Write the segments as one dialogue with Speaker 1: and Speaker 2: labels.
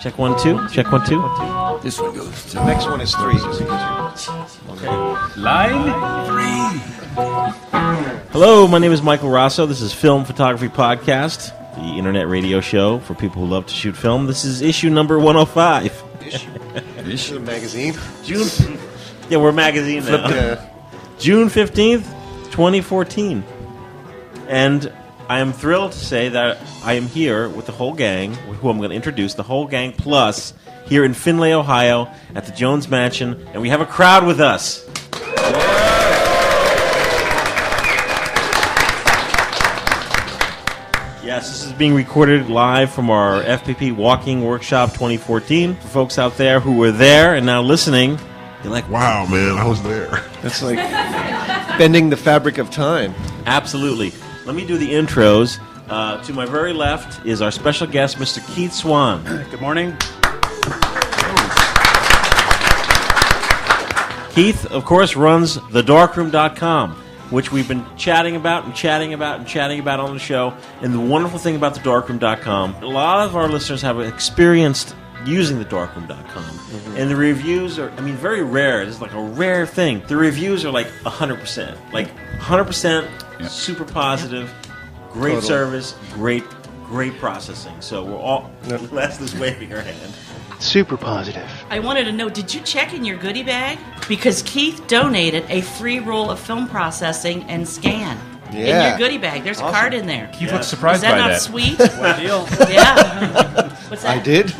Speaker 1: Check one, two. Check one, two.
Speaker 2: This one goes to
Speaker 3: Next one is three.
Speaker 4: Line
Speaker 1: Hello, my name is Michael Rosso. This is Film Photography Podcast, the internet radio show for people who love to shoot film. This is issue number 105.
Speaker 3: This is a magazine.
Speaker 1: June. yeah, we're a magazine now.
Speaker 3: Yeah.
Speaker 1: June 15th, 2014. And I am thrilled to say that I am here with the whole gang, who I'm going to introduce, the whole gang plus, here in Findlay, Ohio, at the Jones Mansion, and we have a crowd with us. Yes, this is being recorded live from our FPP Walking Workshop 2014. For folks out there who were there and now listening, you're like,
Speaker 5: Wow, man, I was there.
Speaker 3: That's like bending the fabric of time.
Speaker 1: Absolutely. Let me do the intros. Uh, to my very left is our special guest, Mr. Keith Swan.
Speaker 4: Good morning.
Speaker 1: Keith, of course, runs thedarkroom.com, which we've been chatting about and chatting about and chatting about on the show. And the wonderful thing about thedarkroom.com, a lot of our listeners have experienced using thedarkroom.com. And the reviews are, I mean, very rare. It's like a rare thing. The reviews are like 100%. Like 100% super positive. Great
Speaker 3: Totally.
Speaker 1: service, great, great processing. So we're all. Leslie's waving her hand.
Speaker 6: Super positive.
Speaker 7: I wanted to know did you check in your goodie bag? Because Keith donated a free roll of film processing and scan.
Speaker 3: Yeah.
Speaker 7: In your goodie bag. There's a card in there.
Speaker 4: Keith looks surprised
Speaker 7: Is that
Speaker 4: by
Speaker 7: not
Speaker 4: that.
Speaker 7: sweet?
Speaker 4: Deal.
Speaker 7: yeah. What's that?
Speaker 3: I did.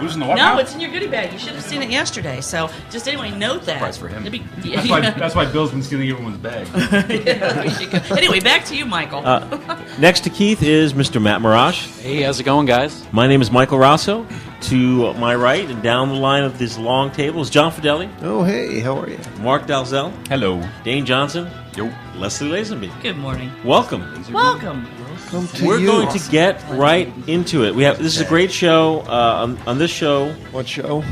Speaker 4: Losing the what?
Speaker 7: No,
Speaker 4: now?
Speaker 7: it's in your goodie bag. You should have seen it yesterday. So just anyway, note that.
Speaker 4: Surprise for him.
Speaker 7: It'd be-
Speaker 4: That's why, that's why Bill's been stealing everyone's bag.
Speaker 7: We should go- anyway, back to you, Michael.
Speaker 4: Uh,
Speaker 1: Uh, Next to Keith is Mr. Matt Marash.
Speaker 8: Hey, how's it going, guys?
Speaker 1: My name is Michael Rosso. To my right and down the line of this long table is John Fideli,
Speaker 3: Oh, hey, how are you?
Speaker 1: Mark Dalzell,
Speaker 4: Hello.
Speaker 1: Dane Johnson,
Speaker 4: Yo.
Speaker 1: Leslie Lazenby.
Speaker 7: Good morning.
Speaker 1: Welcome.
Speaker 7: Welcome.
Speaker 3: Come to
Speaker 1: We're
Speaker 3: you.
Speaker 1: going to get right into it. We have this is a great show. Uh, on, on this show,
Speaker 3: What show?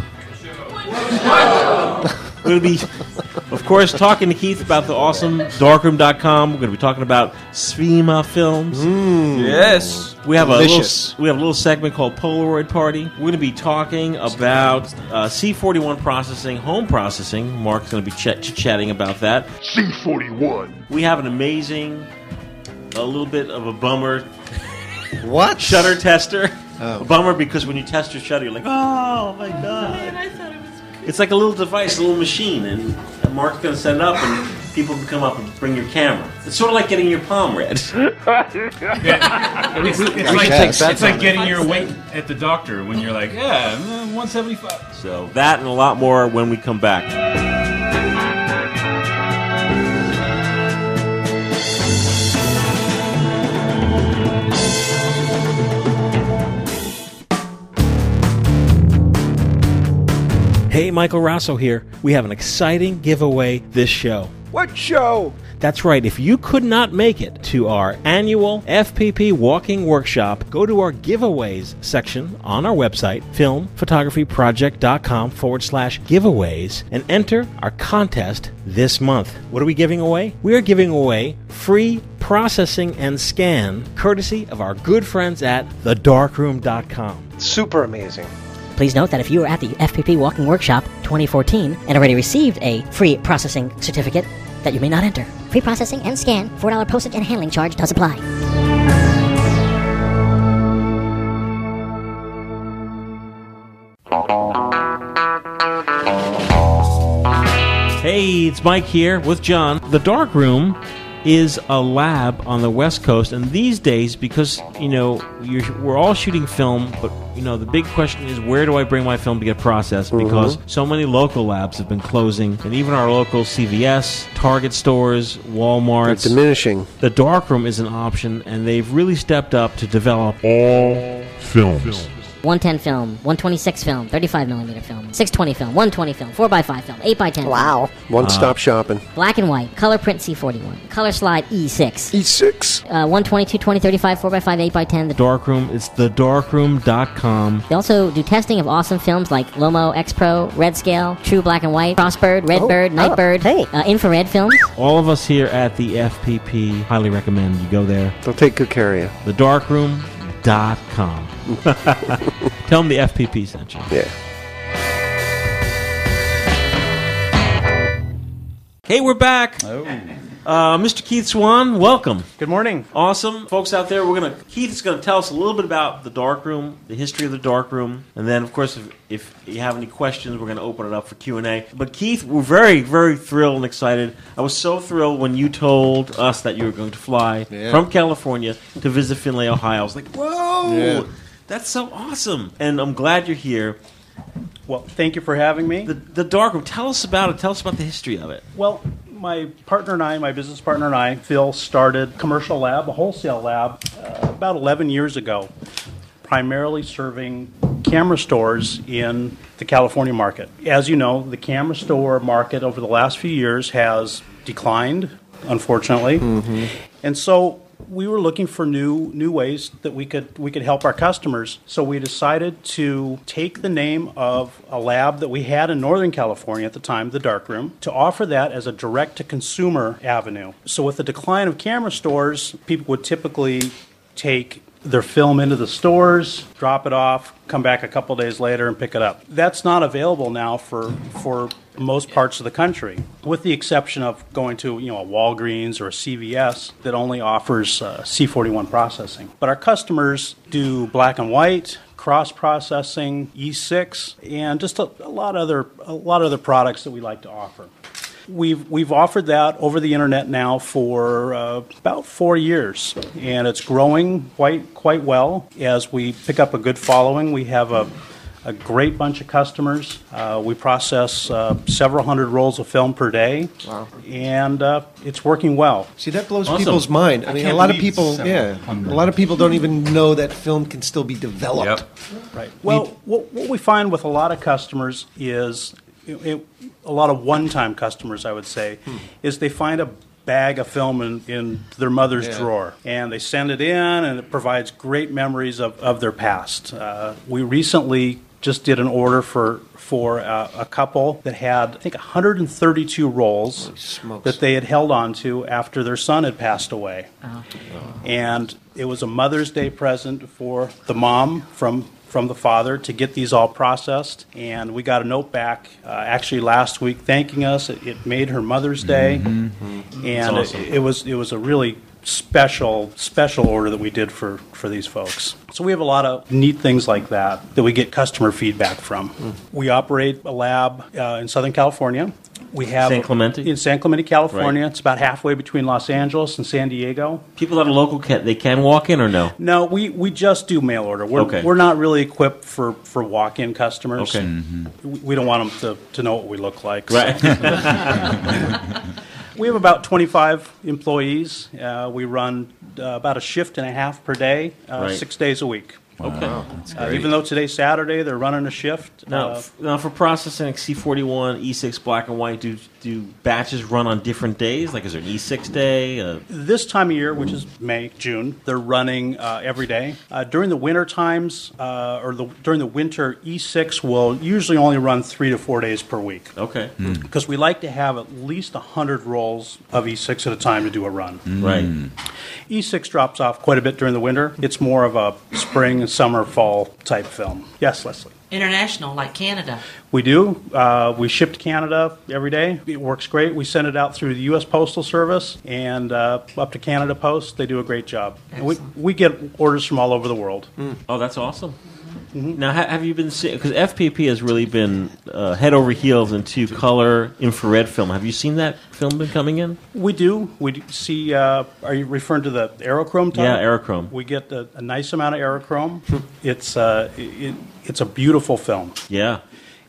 Speaker 1: we're going to be, of course, talking to Keith about the awesome darkroom.com. We're going to be talking about Svima films.
Speaker 4: Yes.
Speaker 1: We have
Speaker 3: Hmm. Delicious.
Speaker 1: a little, we have a little segment called Polaroid Party. We're going to be talking about uh, C41 processing, home processing. Mark's going to be ch- chatting about that.
Speaker 5: C41.
Speaker 1: We have an amazing, a little bit of a bummer
Speaker 3: What?
Speaker 1: shutter tester.
Speaker 3: Oh.
Speaker 1: A bummer because when you test your shutter, you're like, oh my god!
Speaker 7: I thought it was
Speaker 1: It's like a little device, a little machine, and Mark's going to set it up, and people can come up and bring your camera. It's sort of like getting your palm read.
Speaker 4: It's, it's like,
Speaker 3: Yeah,
Speaker 4: it's
Speaker 3: that's
Speaker 4: like getting your weight at the doctor when you're like, yeah, mm, 175.
Speaker 1: So that and a lot more when we come back. Hey, Michael Rosso here. We have an exciting giveaway this show.
Speaker 3: What show?
Speaker 1: That's right, if you could not make it to our annual FPP Walking Workshop, go to our giveaways section on our website, filmphotographyproject.com forward slash giveaways, and enter our contest this month. What are we giving away? We are giving away free processing and scan courtesy of our good friends at thedarkroom.com.
Speaker 6: Super amazing.
Speaker 9: Please note that if you were at the FPP Walking Workshop 2014 and already received a free processing certificate, that you may not enter.
Speaker 10: Free processing and scan, $4 postage and handling charge does apply.
Speaker 1: Hey, it's Mike here with John. The Dark Room is a lab on the West Coast, and these days, because you know you're, we're all shooting film, but you know the big question is where do I bring my film to get processed? Because
Speaker 3: Mm-hmm.
Speaker 1: so many local labs have been closing, and even our local CVS, Target stores, Walmart,
Speaker 3: Diminishing.
Speaker 1: the Dark Room is an option, and they've really stepped up to develop
Speaker 5: All films.
Speaker 10: 110 film, 126 film, 35 millimeter film, 620 film, 120 film, 4x5 film, 8x10. Wow.
Speaker 3: One stop shopping.
Speaker 10: Black and white, color print C41, color slide E6,
Speaker 3: E6.
Speaker 10: uh, 122, 20, 35, 4x5, 8x10. The-
Speaker 1: Dark Room. It's thedarkroom.com.
Speaker 10: They also do testing of awesome films like Lomo X Pro, Red Scale, True Black and White, Crossbird, Red Bird, Nightbird, uh, infrared films.
Speaker 1: All of us here at the FPP highly recommend you go there.
Speaker 3: They'll take good care of you.
Speaker 1: thedarkroom.com. Tell them the FPP sent you.
Speaker 3: Yeah.
Speaker 1: Hey, we're back. Oh. Uh, Mr. Keith Swan, welcome.
Speaker 2: Good morning.
Speaker 1: Awesome, folks out there. We're gonna Keith is gonna tell us a little bit about the dark room, the history of the dark room, and then of course if, if you have any questions, we're gonna open it up for Q and A. But Keith, we're very very thrilled and excited. I was so thrilled when you told us that you were going to fly
Speaker 3: Yeah.
Speaker 1: from California to visit Findlay, Ohio. I was like, whoa,
Speaker 3: Yeah.
Speaker 1: Oh, that's so awesome, and I'm glad you're here.
Speaker 2: Well, thank you for having me.
Speaker 1: The, the dark room. Tell us about it. Tell us about the history of it.
Speaker 2: Well, my partner and I, my business partner and I, Phil, started Commercial Lab, a wholesale lab, uh, about 11 years ago, primarily serving camera stores in the California market. As you know, the camera store market over the last few years has declined, unfortunately. And so we were looking for new new ways that we could we could help our customers. So we decided to take the name of a lab that we had in Northern California at the time, the dark room, to offer that as a direct to consumer avenue. So with the decline of camera stores, people would typically take their film into the stores, drop it off, come back a couple days later and pick it up. That's not available now for for most parts of the country, with the exception of going to you know a Walgreens or a CVS that only offers uh, C41 processing. But our customers do black and white, cross processing, E6, and just a, a lot other a lot other products that we like to offer. We've we've offered that over the internet now for uh, about four years, and it's growing quite quite well. As we pick up a good following, we have a a great bunch of customers. Uh, we process uh, several hundred rolls of film per day, wow. and uh, it's working well.
Speaker 3: See, that blows
Speaker 1: Awesome.
Speaker 3: people's mind. I, mean, a
Speaker 4: can't
Speaker 3: lot of
Speaker 4: believe
Speaker 3: people,
Speaker 4: seven
Speaker 3: yeah,
Speaker 4: hundred.
Speaker 3: a lot of people don't even know that film can still be developed.
Speaker 4: Yep.
Speaker 2: Right. Well, what, what we find with a lot of customers is it, it- a lot of one-time customers, I would say,
Speaker 3: Hmm.
Speaker 2: is they find a bag of film in, in their mother's
Speaker 3: Yeah.
Speaker 2: drawer and they send it in, and it provides great memories of, of their past. Uh, we recently just did an order for for uh, a couple that had I think 132 rolls
Speaker 3: smokes.
Speaker 2: that they had held on to after their son had passed away and it was a Mother's Day present for the mom from from the father to get these all processed. And we got a note back uh, actually last week thanking us. It, it made her Mother's Day, and
Speaker 1: That's awesome.
Speaker 2: it, it was it was a really special special order that we did for for these folks. So we have a lot of neat things like that that we get customer feedback from.
Speaker 1: Hmm.
Speaker 2: We operate a lab uh, in Southern California. We have
Speaker 1: San Clemente?
Speaker 2: in San Clemente, California. It's about halfway between Los Angeles and San Diego.
Speaker 1: People that are local, can, they can walk in or no?
Speaker 2: No, we, we just do mail order. We're,
Speaker 1: Okay.
Speaker 2: we're not really equipped for, for walk in customers. Mm-hmm.
Speaker 1: Okay.
Speaker 2: We, we don't want them to, to know what we look like. so.
Speaker 1: Right.
Speaker 2: We have about 25 employees. Uh, we run uh, about a shift and a half per day, uh,
Speaker 1: Right.
Speaker 2: six days a week.
Speaker 1: okay.
Speaker 2: Uh, even though today's Saturday, they're running a shift.
Speaker 1: Now,
Speaker 2: Uh,
Speaker 1: f- now for processing like C41, E6, black and white, do do batches run on different days? Like, is there an E6 day? Uh,
Speaker 2: this time of year, which is May, June, they're running uh, every day. Uh, during the winter times, uh, or the, during the winter, E6 will usually only run three to four days per week.
Speaker 1: okay,
Speaker 2: because we like to have at least 100 rolls of E6 at a time to do a run.
Speaker 1: Mm. right.
Speaker 2: E6 drops off quite a bit during the winter. It's more of a spring and summer, fall type film. Yes, Leslie.
Speaker 7: International, like Canada.
Speaker 2: We do. Uh, we ship to Canada every day. It works great. We send it out through the U.S. Postal Service and uh, up to Canada Post. They do a great job. And we,
Speaker 7: Excellent.
Speaker 2: we get orders from all over the world.
Speaker 1: Oh, that's awesome. Now, ha- have you been seeing? Because FPP has really been uh, head over heels into color infrared film. Have you seen that film been coming in?
Speaker 2: We do. We do see. Uh, are you referring to the aerochrome type?
Speaker 1: Yeah, aerochrome.
Speaker 2: We get a, a nice amount of aerochrome. it's uh, it, it's a beautiful film,
Speaker 1: Yeah,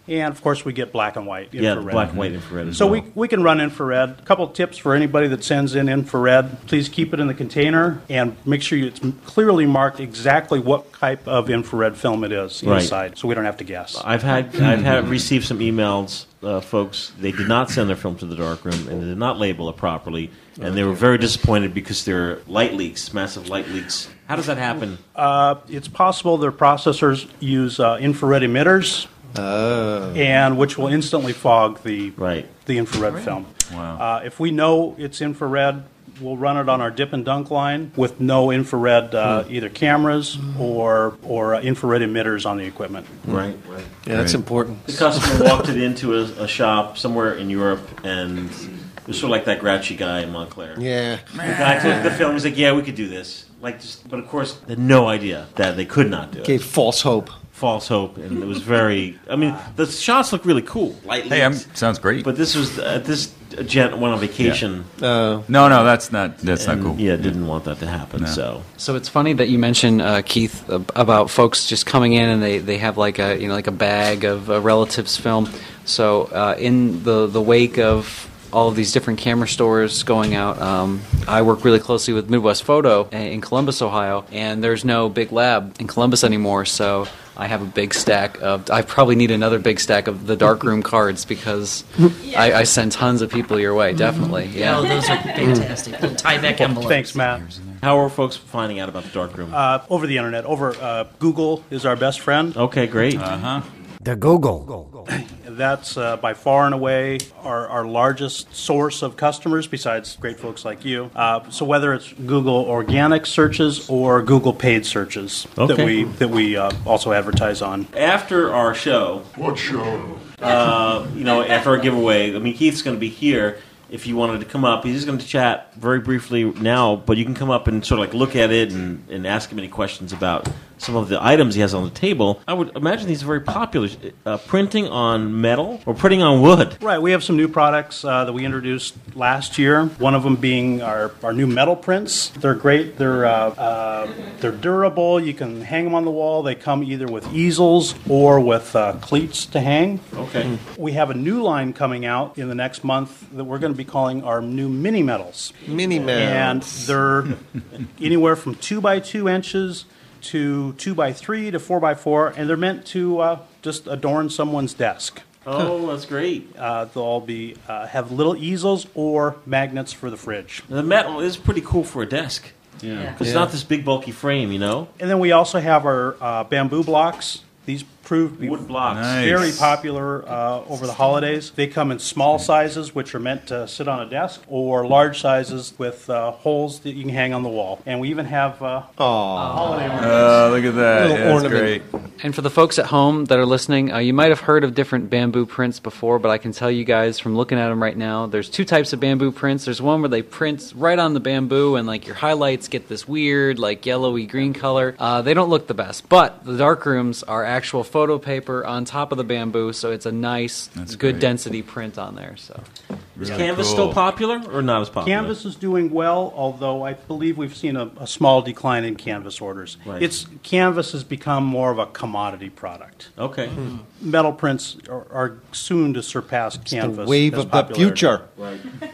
Speaker 2: and of course we get black and white.
Speaker 1: yeah,
Speaker 2: infrared.
Speaker 1: black and white infrared. As
Speaker 2: So we,
Speaker 1: well.
Speaker 2: we can run infrared. A couple tips for anybody that sends in infrared: please keep it in the container and make sure you, it's clearly marked exactly what type of infrared film it is
Speaker 1: Right.
Speaker 2: inside, so we don't have to guess.
Speaker 1: I've had I've had received some emails, uh, folks. They did not send their film to the dark room and they did not label it properly, and they were very disappointed because there are light leaks, massive light leaks. How does that happen?
Speaker 2: Uh, It's possible their processors use uh, infrared emitters,
Speaker 3: Oh.
Speaker 2: and which will instantly fog the
Speaker 1: Right.
Speaker 2: the infrared film.
Speaker 4: Wow.
Speaker 2: Uh, if we know it's infrared, We'll run it on our dip and dunk line with no infrared uh,
Speaker 1: Hmm.
Speaker 2: either cameras or or uh, infrared emitters on the equipment.
Speaker 1: Right, right.
Speaker 3: Yeah, that's important.
Speaker 1: The customer walked it into a, a shop somewhere in Europe, and it was sort of like that grouchy guy in Montclair.
Speaker 3: Yeah.
Speaker 1: The guy took the film. He's like, "Yeah, we could do this." Like, just, but of course, they had no idea that they could not do it.
Speaker 3: Gave false hope.
Speaker 1: False hope, and it was very. I mean, the shots look really cool. Light
Speaker 8: Hey, I'm,
Speaker 1: leaks.
Speaker 8: sounds great.
Speaker 1: But this was uh, this gent went on vacation.
Speaker 3: Oh.
Speaker 8: no, no, that's not that's not
Speaker 1: and,
Speaker 8: cool.
Speaker 1: Yeah, didn't want that to happen. So
Speaker 11: So it's funny that you mention uh, Keith ab- about folks just coming in and they, they have like a you know like a bag of a relative's film. So uh, in the the wake of all of these different camera stores going out, um, I work really closely with Midwest Photo a- in Columbus, Ohio, and there's no big lab in Columbus anymore. So I have a big stack of I probably need another big stack of the darkroom cards because I, I send tons of people your way. Definitely, yeah. Mm.
Speaker 7: Oh, those are fantastic. Little Tyvek envelopes.
Speaker 2: Thanks, Matt.
Speaker 1: how are folks finding out about the dark room?
Speaker 2: Uh, over the internet, over uh, Google is our best friend.
Speaker 1: okay, great.
Speaker 11: The Google.
Speaker 2: That's uh, by far and away our, our largest source of customers, besides great folks like you. Uh, so whether it's Google organic searches or Google paid searches
Speaker 1: Okay.
Speaker 2: that we that we uh, also advertise on.
Speaker 1: After our show, uh,
Speaker 5: What show?
Speaker 1: you know, after our giveaway, I mean, Keith's going to be here. If you wanted to come up, he's going to chat very briefly now, but you can come up and sort of like look at it and, and ask him any questions about some of the items he has on the table. I would imagine these are very popular. Uh, printing on metal or printing on wood.
Speaker 2: Right, we have some new products uh, that we introduced last year. One of them being our, our new metal prints. They're great. They're uh, uh, they're durable. You can hang them on the wall. They come either with easels or with uh, cleats to hang.
Speaker 1: Okay.
Speaker 2: We have a new line coming out in the next month that we're going to be calling our new mini metals.
Speaker 3: Mini man.
Speaker 2: And they're anywhere from two by two inches to two by three to four by four, and they're meant to uh, just adorn someone's desk.
Speaker 1: Oh, that's great.
Speaker 2: Uh, they'll all be uh, have little easels or magnets for the fridge.
Speaker 1: The metal is pretty cool for a desk.
Speaker 7: Yeah.
Speaker 1: It's not this big bulky frame, you know.
Speaker 2: And then we also have our uh, bamboo blocks. These proved to be
Speaker 1: Wood blocks.
Speaker 8: Nice.
Speaker 2: very popular uh, over the holidays. They come in small sizes, which are meant to sit on a desk, or large sizes with uh, holes that you can hang on the wall. And we even have uh, holiday ornaments.
Speaker 8: Uh, look at that.
Speaker 3: Little
Speaker 8: Yeah, that's great.
Speaker 3: ornament.
Speaker 11: And for the folks at home that are listening, uh, you might have heard of different bamboo prints before, but I can tell you guys from looking at them right now, there's two types of bamboo prints. There's one where they print right on the bamboo, and like your highlights get this weird, like yellowy green color. Uh, they don't look the best, but the dark rooms are actual photo paper on top of the bamboo, so it's a nice,
Speaker 8: That's
Speaker 11: good
Speaker 8: great.
Speaker 11: density print on there. So
Speaker 1: Is
Speaker 8: Really
Speaker 1: canvas
Speaker 8: cool.
Speaker 1: still popular or not as popular?
Speaker 2: Canvas is doing well, although I believe we've seen a, a small decline in canvas orders.
Speaker 1: Right.
Speaker 2: It's canvas has become more of a commodity product.
Speaker 1: Okay.
Speaker 2: Metal prints are, are soon to surpass
Speaker 3: Mm-hmm. The
Speaker 2: canvas.
Speaker 3: wave
Speaker 2: as
Speaker 3: of the
Speaker 2: popularity.
Speaker 3: future.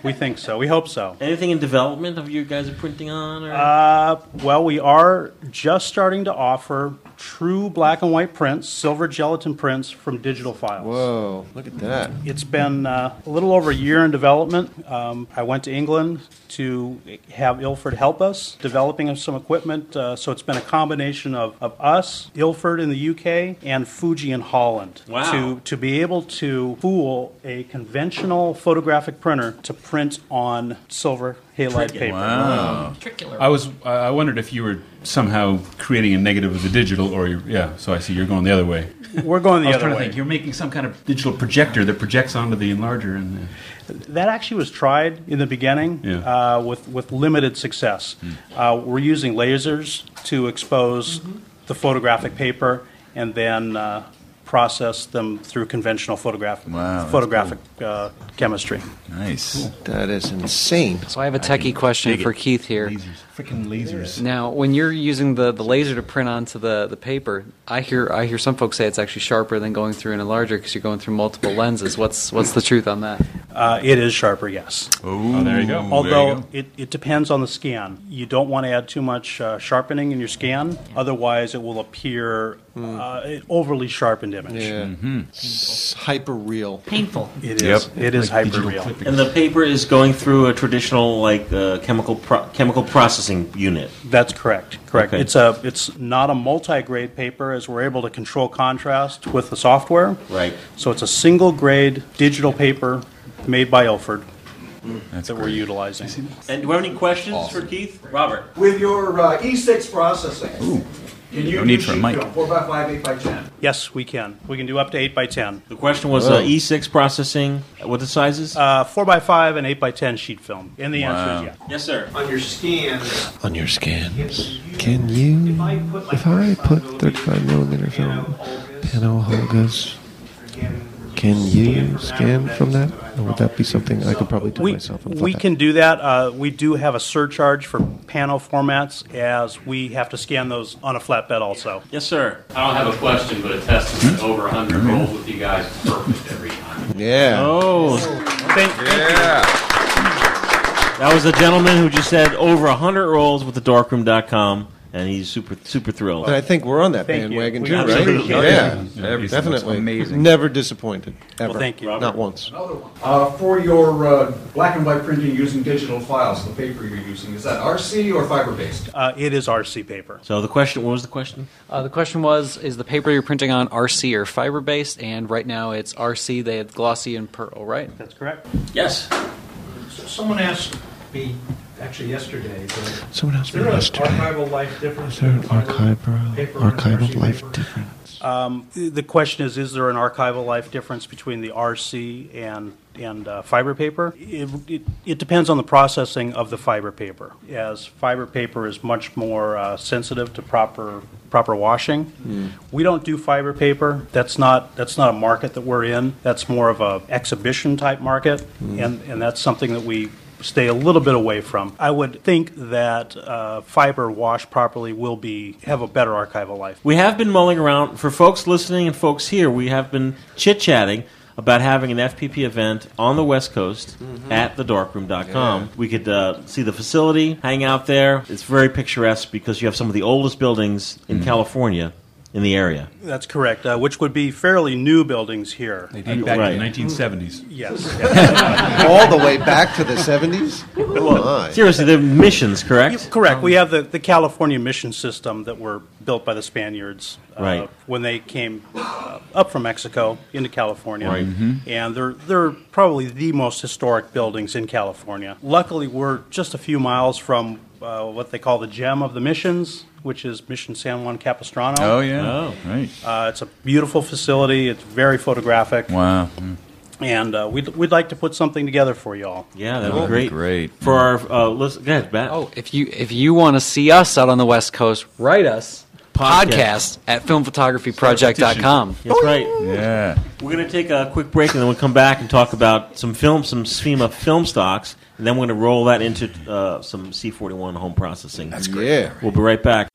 Speaker 2: We think so. We hope so.
Speaker 1: Anything in development of you guys are printing on? Or?
Speaker 2: Uh, well, we are just starting to offer true black and white prints, silver gelatin prints from digital files.
Speaker 3: Whoa, look at that.
Speaker 2: It's been uh, a little over a year in development. Um, I went to England to have Ilford help us developing some equipment. Uh, so it's been a combination of, of us, Ilford in the UK, and Fuji in Holland
Speaker 1: Wow.
Speaker 2: to to be able to fool a conventional photographic printer to print on silver halide paper.
Speaker 8: Wow.
Speaker 7: Tricular.
Speaker 4: I was I I wondered if you were somehow creating a negative of the digital, or you're, yeah. So I see you're going the other way.
Speaker 2: We're going the
Speaker 4: I was
Speaker 2: other
Speaker 4: trying
Speaker 2: way.
Speaker 4: to think. You're making some kind of digital projector that projects onto the enlarger, and
Speaker 2: That actually was tried in the beginning
Speaker 4: Yeah. Hmm.
Speaker 2: uh, with, with limited success. Uh, we're using lasers to expose the photographic paper and then uh, process them through conventional photograph-
Speaker 8: Wow, that's
Speaker 2: photographic uh, chemistry.
Speaker 8: Nice.
Speaker 3: That is insane.
Speaker 11: So I have a techie question
Speaker 4: dig
Speaker 11: for
Speaker 4: it.
Speaker 11: Keith here.
Speaker 4: lasers, freaking lasers.
Speaker 11: Now, when you're using the, the laser to print onto the, the paper, I hear I hear some folks say it's actually sharper than going through an enlarger because you're going through multiple lenses. What's what's the truth on that?
Speaker 2: Uh, it is sharper, yes.
Speaker 8: Oh,
Speaker 4: there you go.
Speaker 2: Mm-hmm. Although it, it depends on the scan. You don't want to add too much uh, sharpening in your scan, otherwise, it will appear uh, an overly sharpened image.
Speaker 3: Yeah.
Speaker 4: Mm-hmm.
Speaker 3: It's hyper real.
Speaker 7: Painful.
Speaker 2: It is,
Speaker 8: Yep.
Speaker 2: it is hyper
Speaker 4: digital
Speaker 2: real.
Speaker 4: clipping.
Speaker 1: And the paper is going through a traditional like uh, chemical pro- chemical processing unit.
Speaker 2: That's correct. Correct.
Speaker 1: Okay.
Speaker 2: It's a it's not a multi-grade paper as we're able to control contrast with the software.
Speaker 1: Right.
Speaker 2: So it's a single grade digital paper made by Ilford. that we're utilizing.
Speaker 12: And do we have any questions for Keith? Robert.
Speaker 13: With your uh, E6 processing, can you
Speaker 2: no need
Speaker 13: do
Speaker 2: for a
Speaker 13: sheet
Speaker 2: mic.
Speaker 13: film, 4x5, 8x10?
Speaker 2: Yes, we can. We can do up to eight by ten.
Speaker 12: The question was uh, E6 processing. What the sizes?
Speaker 2: Uh, four by five and eight by ten sheet film. And the answer is yes.
Speaker 12: Yes, sir.
Speaker 13: On your scans,
Speaker 3: On your scans, can you, if I put 35 millimeter film, Pano Holga's, can you scan from that? Or would that be something I could probably do
Speaker 2: we,
Speaker 3: myself? and
Speaker 2: we
Speaker 3: flip
Speaker 2: can do that. Uh, we do have a surcharge for panel formats as we have to scan those on a flatbed also.
Speaker 12: Yes, sir.
Speaker 14: I don't have a question, but a test is over 100 rolls with you guys perfect every time.
Speaker 3: Yeah.
Speaker 12: Oh.
Speaker 2: Thank,
Speaker 3: yeah.
Speaker 12: That was a gentleman who just said over 100 rolls with the darkroom.com, and he's super super thrilled.
Speaker 3: And I think we're on that
Speaker 12: Thank you.
Speaker 3: bandwagon
Speaker 12: We
Speaker 3: too, right?
Speaker 12: absolutely
Speaker 3: Yeah,
Speaker 12: are.
Speaker 14: Yeah,
Speaker 3: ev-
Speaker 14: he's-
Speaker 3: definitely.
Speaker 14: looks amazing.
Speaker 3: Never disappointed.
Speaker 13: Well,
Speaker 3: Ever.
Speaker 13: thank you.
Speaker 3: Not once.
Speaker 13: uh, for your uh, black and white printing using digital files, the paper you're using, is that RC or fiber based?
Speaker 2: Uh, it is RC paper.
Speaker 12: So the question, what was the question?
Speaker 11: Uh, the question was: Is the paper you're printing on RC or fiber based? And right now it's RC. They had glossy and pearl, right?
Speaker 2: That's correct.
Speaker 12: Yes.
Speaker 13: Someone asked me, actually yesterday, that
Speaker 3: Someone asked me yesterday.
Speaker 13: Is there an archival life difference?
Speaker 3: Is there an
Speaker 13: between fiber
Speaker 3: archive- uh,
Speaker 13: paper and
Speaker 3: archival
Speaker 13: RC
Speaker 3: life
Speaker 13: paper?
Speaker 3: difference?
Speaker 2: Um, the question is: Is there an archival life difference between the RC and and uh, fiber paper? It, it, it depends on the processing of the fiber paper, as fiber paper is much more uh, sensitive to proper proper washing.
Speaker 1: Hmm.
Speaker 2: We don't do fiber paper. That's not that's not a market that we're in. That's more of a exhibition type market,
Speaker 13: Mm.
Speaker 2: and and that's something that we stay a little bit away from. I would think that uh, fiber washed properly will be have a better archival life.
Speaker 12: We have been mulling around for folks listening and folks here. We have been chit chatting about having an FPP event on the West Coast at thedarkroom.com.
Speaker 14: Yeah.
Speaker 12: We could uh, see the facility, hang out there. It's very picturesque because you have some of the oldest buildings in California in the area.
Speaker 2: That's correct, uh, which would be fairly new buildings here. They
Speaker 12: date back to Right. the 1970s.
Speaker 2: Yes.
Speaker 3: All the way back to the 70s? Oh, my.
Speaker 12: Seriously, the missions, correct?
Speaker 2: Correct. We have the, the California mission system that were built by the Spaniards uh,
Speaker 12: Right.
Speaker 2: when they came uh, up from Mexico into California.
Speaker 12: Right.
Speaker 8: Mm-hmm.
Speaker 12: Mhm.
Speaker 2: And they're, they're probably the most historic buildings in California. Luckily, we're just a few miles from uh, what they call the gem of the missions, which is Mission San Juan Capistrano.
Speaker 8: Oh, yeah. Oh. Right.
Speaker 2: Uh, it's a beautiful facility. It's very photographic.
Speaker 8: Wow.
Speaker 2: And uh, we'd, we'd like to put something together for y'all.
Speaker 12: Yeah, that'd
Speaker 11: That'd
Speaker 12: be
Speaker 11: be
Speaker 12: great.
Speaker 11: great.
Speaker 12: For our uh, listen, go ahead, Matt.
Speaker 11: Oh, if you if you want to see us out on the West Coast, write us
Speaker 12: Podcast.
Speaker 11: podcast, at filmphotographyproject.com.
Speaker 12: That's right. Yeah. We're going to take a quick break and then we'll come back and talk about some film, some SFEMA film stocks, and then we're going to roll that into uh, some C41 home processing. That's
Speaker 3: great. Yeah.
Speaker 12: We'll be right back.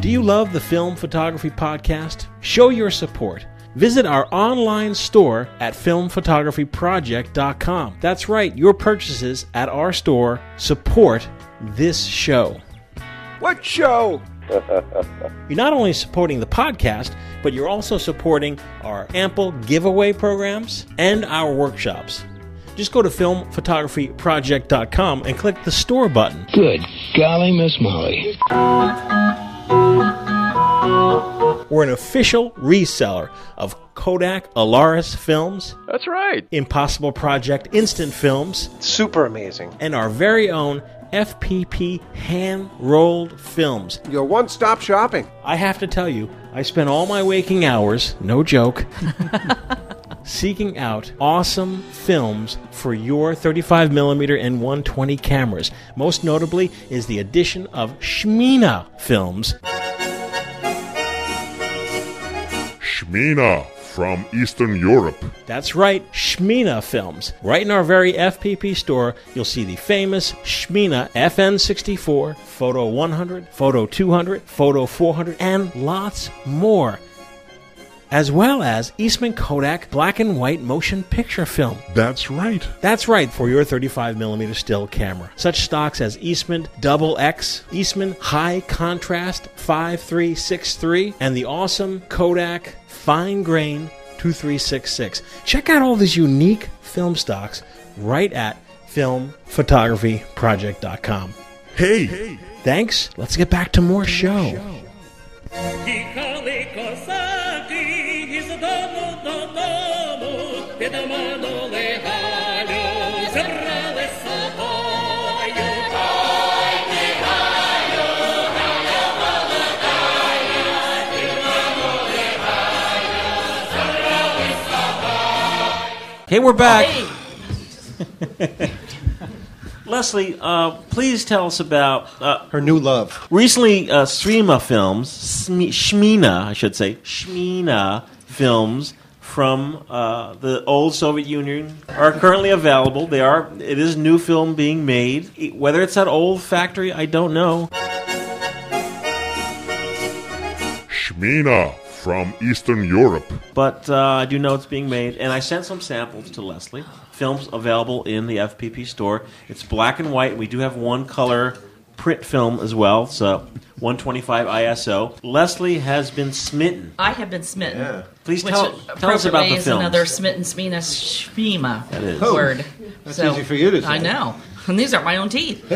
Speaker 12: Do you love the Film Photography Podcast? Show your support. Visit our online store at filmphotographyproject.com. That's right, your purchases at our store support this show.
Speaker 15: What show?
Speaker 12: You're not only supporting the podcast, but you're also supporting our ample giveaway programs and our workshops. Just go to filmphotographyproject.com and click the store button.
Speaker 15: Good golly, Miss Molly.
Speaker 12: We're an official reseller of Kodak Alaris films.
Speaker 16: That's right.
Speaker 12: Impossible Project Instant Films.
Speaker 16: Super amazing.
Speaker 12: And our very own FPP hand rolled films.
Speaker 15: Your one stop shopping.
Speaker 12: I have to tell you, I spend all my waking hours, no joke, seeking out awesome films for your 35mm and 120 cameras. Most notably is the addition of Shmina films.
Speaker 5: Shmina from Eastern Europe.
Speaker 12: That's right, Shmina Films. Right in our very FPP store, you'll see the famous Shmina FN64, Photo 100, Photo 200, Photo 400, and lots more. As well as Eastman Kodak black and white motion picture film.
Speaker 5: That's right.
Speaker 12: That's right, for your 35mm still camera. Such stocks as Eastman Double X, Eastman High Contrast 5363, and the awesome Kodak Fine Grain 2366. Check out all these unique film stocks right at filmphotographyproject.com. Hey! Thanks. Let's get back to more show.
Speaker 15: Hikaliko zabrały z sobою.
Speaker 1: Hey, we're back. Leslie, uh, please tell us about uh,
Speaker 3: her new love.
Speaker 1: Recently, uh, Shmina Films, Shmi- Shmina, I should say, Shmina Films from uh, the old Soviet Union are currently available. They are. It is new film being made. It- Whether it's that old factory, I don't know.
Speaker 5: Shmina from Eastern Europe.
Speaker 1: But uh, I do know it's being made, and I sent some samples to Leslie. Films available in the FPP store. It's black and white. We do have one color print film as well. So 125 ISO. Leslie has been smitten.
Speaker 7: I have been smitten.
Speaker 1: Please
Speaker 7: which
Speaker 1: tell- tell us about
Speaker 7: appropriately
Speaker 1: the
Speaker 7: is
Speaker 1: films.
Speaker 7: another smitten, smina, shmima
Speaker 1: That is. Oh,
Speaker 7: word.
Speaker 1: that's easy for you to say.
Speaker 7: I know. And these are my own teeth.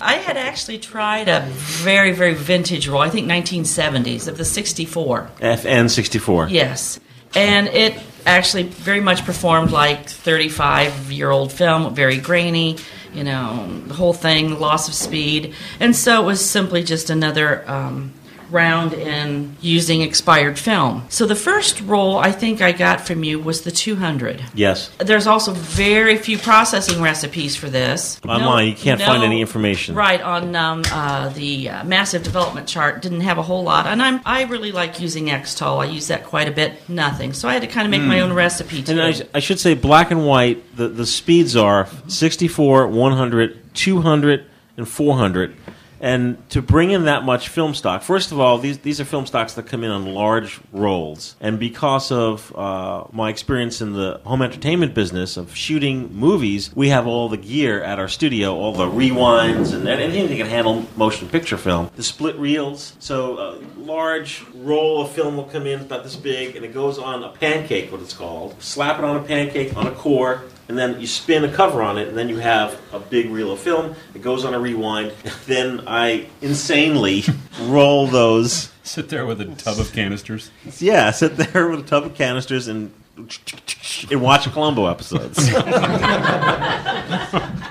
Speaker 7: I had actually tried a very, very vintage roll, I think 1970s, of the 64.
Speaker 1: FN64.
Speaker 7: Yes. And it actually very much performed like 35 year old film, very grainy, you know, the whole thing, loss of speed. And so it was simply just another um, round in using expired film. So the first roll I think I got from you was the 200.
Speaker 1: Yes.
Speaker 7: There's also very few processing recipes for this.
Speaker 1: Online, you can't find any information.
Speaker 7: Right on um, uh, the uh, massive development chart, didn't have a whole lot, and I'm I really like using Xtol. I use that quite a bit. Nothing, so I had to kind of make my
Speaker 1: Mm.
Speaker 7: own recipe. Too.
Speaker 1: And I, I should say, black and white, the, the speeds are 64, 100, 200, and 400. And to bring in that much film stock, first of all, these, these are film stocks that come in on large rolls. And because of uh, my experience in the home entertainment business of shooting movies, we have all the gear at our studio, all the rewinds and anything that can handle motion picture film. The split reels, so a large roll of film will come in about this big, and it goes on a pancake, what it's called. Slap it on a pancake on a core, and then you spin a cover on it, and then you have a big reel of film. It goes on a rewind. Then I insanely roll those.
Speaker 4: Sit there with a tub of canisters.
Speaker 1: Yeah, sit there with a tub of canisters and and watch Columbo episodes.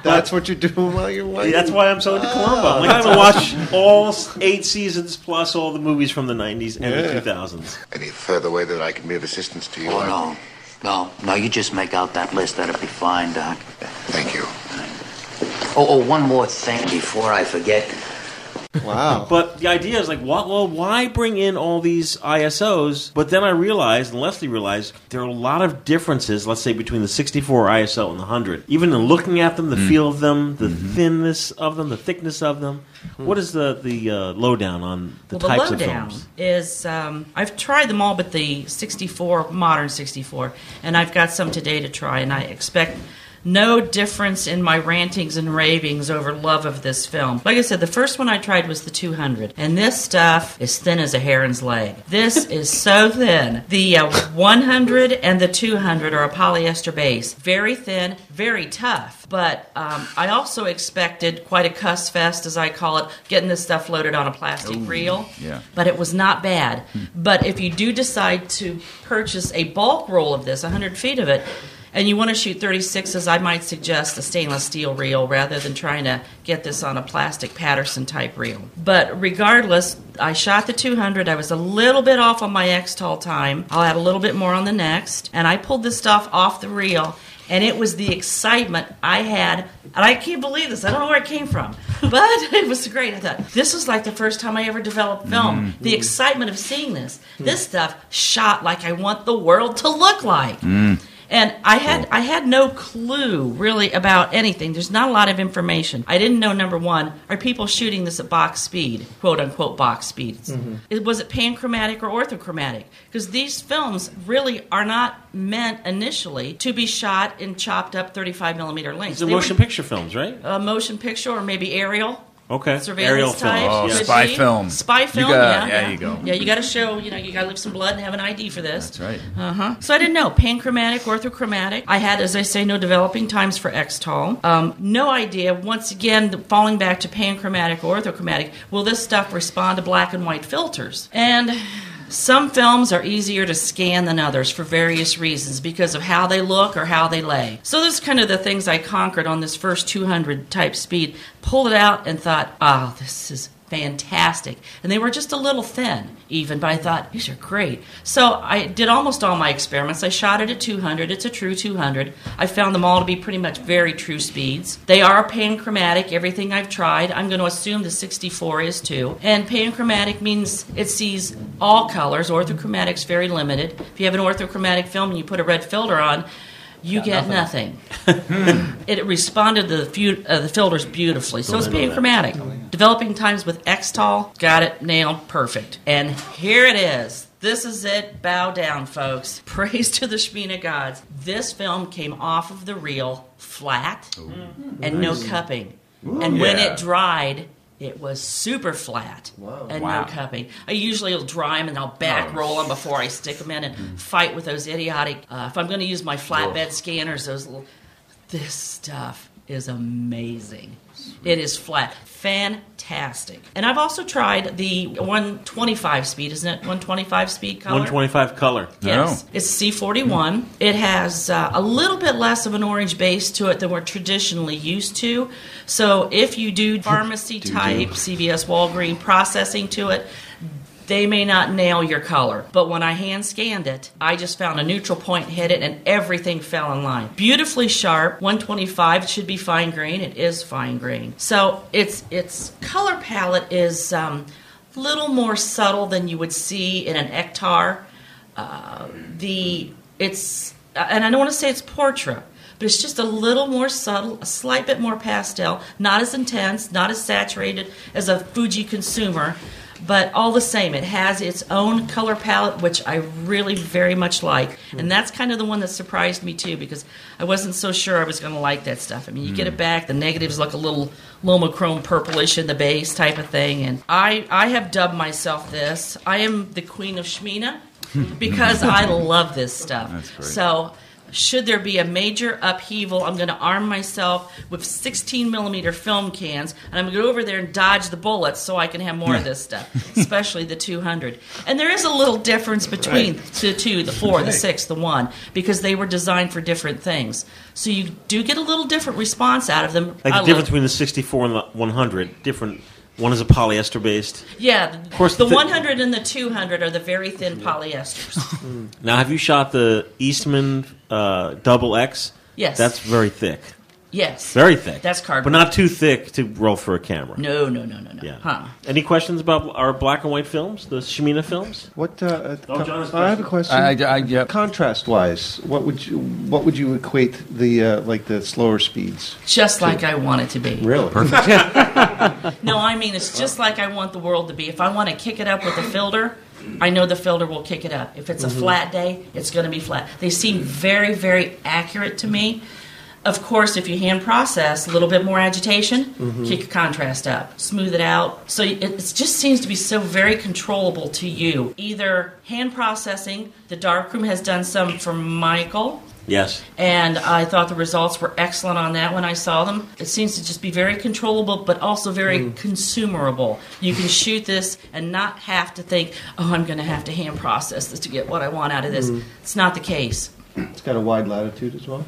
Speaker 3: That's what you're doing while you're waiting. Ah.
Speaker 1: That's why I'm so into Columbo. I'm like, I'm gonna watch all s- eight seasons plus all the movies from the '90s and
Speaker 17: Yeah.
Speaker 1: the 2000s.
Speaker 17: Any further way that I can be of assistance to you? Oh, no. No, no, you just make out that list. That'll be fine, Doc. Thank you. Oh, oh, one more thing before I forget. Wow.
Speaker 1: But the idea is like, why, well, why bring in all these ISOs? But then I realized, and Leslie realized, there are a lot of differences, let's say, between the 64 ISO and the 100. Even in looking at them, the feel of them, the thinness of them, the thickness of them. What is the, the uh, lowdown on the
Speaker 7: well,
Speaker 1: types
Speaker 7: the
Speaker 1: of
Speaker 7: lowdown
Speaker 1: films?
Speaker 7: is um, I've tried them all, but the 64 modern 64, and I've got some today to try, and I expect no difference in my rantings and ravings over love of this film. Like I said, the first one I tried was the 200, and this stuff is thin as a heron's leg. This is so thin. The uh, 100 and the 200 are a polyester base, very thin, very tough. But um, I also expected quite a cuss fest, as I call it, getting this stuff loaded on a plastic
Speaker 13: Ooh.
Speaker 7: reel
Speaker 13: Yeah.
Speaker 7: but it was not bad. But if you do decide to purchase a bulk roll of this, 100 feet of it, and you want to shoot 36s, I might suggest a stainless steel reel rather than trying to get this on a plastic Patterson type reel. But regardless, I shot the 200. I was a little bit off on my X-Tall time. I'll have a little bit more on the next. And I pulled this stuff off the reel, and it was the excitement I had. And I can't believe this. I don't know where it came from, but it was great. I thought, this was like the first time I ever developed film.
Speaker 13: Mhm.
Speaker 7: The excitement of seeing this. This stuff shot like I want the world to look like.
Speaker 1: Mm.
Speaker 7: And I had I had no clue really about anything. There's not a lot of information. I didn't know number one, are people shooting this at box speed, quote unquote box speed?
Speaker 1: Mm-hmm.
Speaker 13: Mhm.
Speaker 7: It, was it panchromatic or orthochromatic? Because these films really are not meant initially to be shot in chopped up 35 millimeter lengths.
Speaker 1: These are
Speaker 7: They were-
Speaker 1: motion picture films, right?
Speaker 7: a Uh, motion picture or maybe aerial.
Speaker 1: Okay.
Speaker 7: Surveillance
Speaker 1: Aerial
Speaker 7: type,
Speaker 1: films,
Speaker 7: could
Speaker 1: yeah.
Speaker 7: be.
Speaker 1: Oh, Spy film.
Speaker 7: Spy
Speaker 1: You
Speaker 7: film.
Speaker 1: got-
Speaker 7: yeah,
Speaker 1: yeah,
Speaker 7: yeah.
Speaker 1: you go.
Speaker 7: Yeah, you got to show. You know, you got to leave some blood and have an ID for this. That's
Speaker 8: right.
Speaker 7: Uh huh. So I didn't know panchromatic, orthochromatic. I had, as I say, no developing times for Xtol. Um, no idea. Once again, the- falling back to panchromatic, orthochromatic. Will this stuff respond to black and white filters? And Some films are easier to scan than others for various reasons because of how they look or how they lay. So those are kind of the things I conquered on this first 200 type speed. Pulled it out and thought, oh, this is fantastic. And they were just a little thin, even, but I thought, these are great. So I did almost all my experiments. I shot it at 200. It's a true 200. I found them all to be pretty much very true speeds. They are panchromatic, everything I've tried. I'm going to assume the 64 is too. And panchromatic means it sees all colors. Orthochromatic's very limited. If you have an orthochromatic film and you put a red filter on, you get nothing. it responded to the, few, uh, the filters beautifully. So it's
Speaker 15: Don't I know that?
Speaker 7: panchromatic. Developing times with Xtol. Got it nailed perfect. And here it is. This is it. Bow down, folks. Praise to the Shemina gods. This film came off of the reel flat and
Speaker 15: Nice.
Speaker 7: no cupping.
Speaker 15: Ooh.
Speaker 7: and when
Speaker 15: Yeah.
Speaker 7: it dried, it was super flat and
Speaker 15: Wow.
Speaker 7: no cupping. I usually will dry them and I'll back roll them before I stick them in and
Speaker 15: Mm.
Speaker 7: fight with those idiotic. Uh, if I'm going to use my flatbed scanners, those little. This stuff is amazing. It is flat. Fantastic. And I've also tried the 125 speed, isn't it? 125 speed color?
Speaker 1: 125 color.
Speaker 7: Yes. It's C41. It has uh, a little bit less of an orange base to it than we're traditionally used to. So if you do pharmacy type, CVS, Walgreen processing to it, they may not nail your color. But when I hand scanned it, I just found a neutral point, hit it, and everything fell in line. Beautifully sharp. 125 it should be fine grain. It is fine grain. So its its color palette is um, little more subtle than you would see in an Ektar. Uh, the it's uh, and I don't want to say it's Portra, but it's just a little more subtle, a slight bit more pastel, not as intense, not as saturated as a Fuji consumer, but all the same, it has its own color palette, which I really very much like, and that's kind of the one that surprised me too because I wasn't so sure I was going to like that stuff. I mean, you get it back, the negatives look a little lomochrome purplish in the base type of thing, and I I have dubbed myself this. I am the queen of Shmina because I love this stuff.
Speaker 15: That's great.
Speaker 7: So, should there be a major upheaval, I'm going to arm myself with 16 millimeter film cans, and I'm going to go over there and dodge the bullets so I can have more of this stuff, especially the 200. And there is a little difference between the two, the four, the
Speaker 15: Right.
Speaker 7: six, the one, because they were designed for different things. So you do get a little different response out of them.
Speaker 1: Like
Speaker 7: I
Speaker 1: the
Speaker 7: love-
Speaker 1: difference between the 64 and the 100, different. One is a polyester based.
Speaker 7: yeah,
Speaker 1: Of course,
Speaker 7: the
Speaker 1: the-
Speaker 7: 100 and the 200 are the very thin polyesters.
Speaker 1: Now, have you shot the Eastman uh, Double X?
Speaker 7: Yes.
Speaker 1: That's very thick.
Speaker 7: Yes.
Speaker 1: Very thick.
Speaker 7: That's cardboard.
Speaker 1: But not too thick to roll for a camera.
Speaker 7: No, no, no, no, no.
Speaker 1: Yeah.
Speaker 7: Huh.
Speaker 1: Any questions about our black and white films, the Shemina films?
Speaker 3: What? Uh,
Speaker 1: oh, John has
Speaker 3: I have a question. Contrast wise, what would you what would you equate the uh, like the slower speeds?
Speaker 7: Just like I want it to be.
Speaker 3: Really?
Speaker 7: No, I mean it's just like I want the world to be. If I want to kick it up with a filter, I know the filter will kick it up. If it's a
Speaker 15: Mhm.
Speaker 7: flat day, it's going to be flat. They seem very, very accurate to me. Of course, if you hand process a little bit more agitation,
Speaker 15: Mhm.
Speaker 7: kick your contrast up, smooth it out. So it, it just seems to be so very controllable to you. Either hand processing, the darkroom has done some for Michael.
Speaker 1: Yes.
Speaker 7: and I thought the results were excellent on that when I saw them. It seems to just be very controllable, but also very consumerable. You can shoot this and not have to think, "Oh, I'm going to have to hand process this to get what I want out of this."
Speaker 3: Mm.
Speaker 7: It's not the case.
Speaker 3: It's got a wide latitude as well.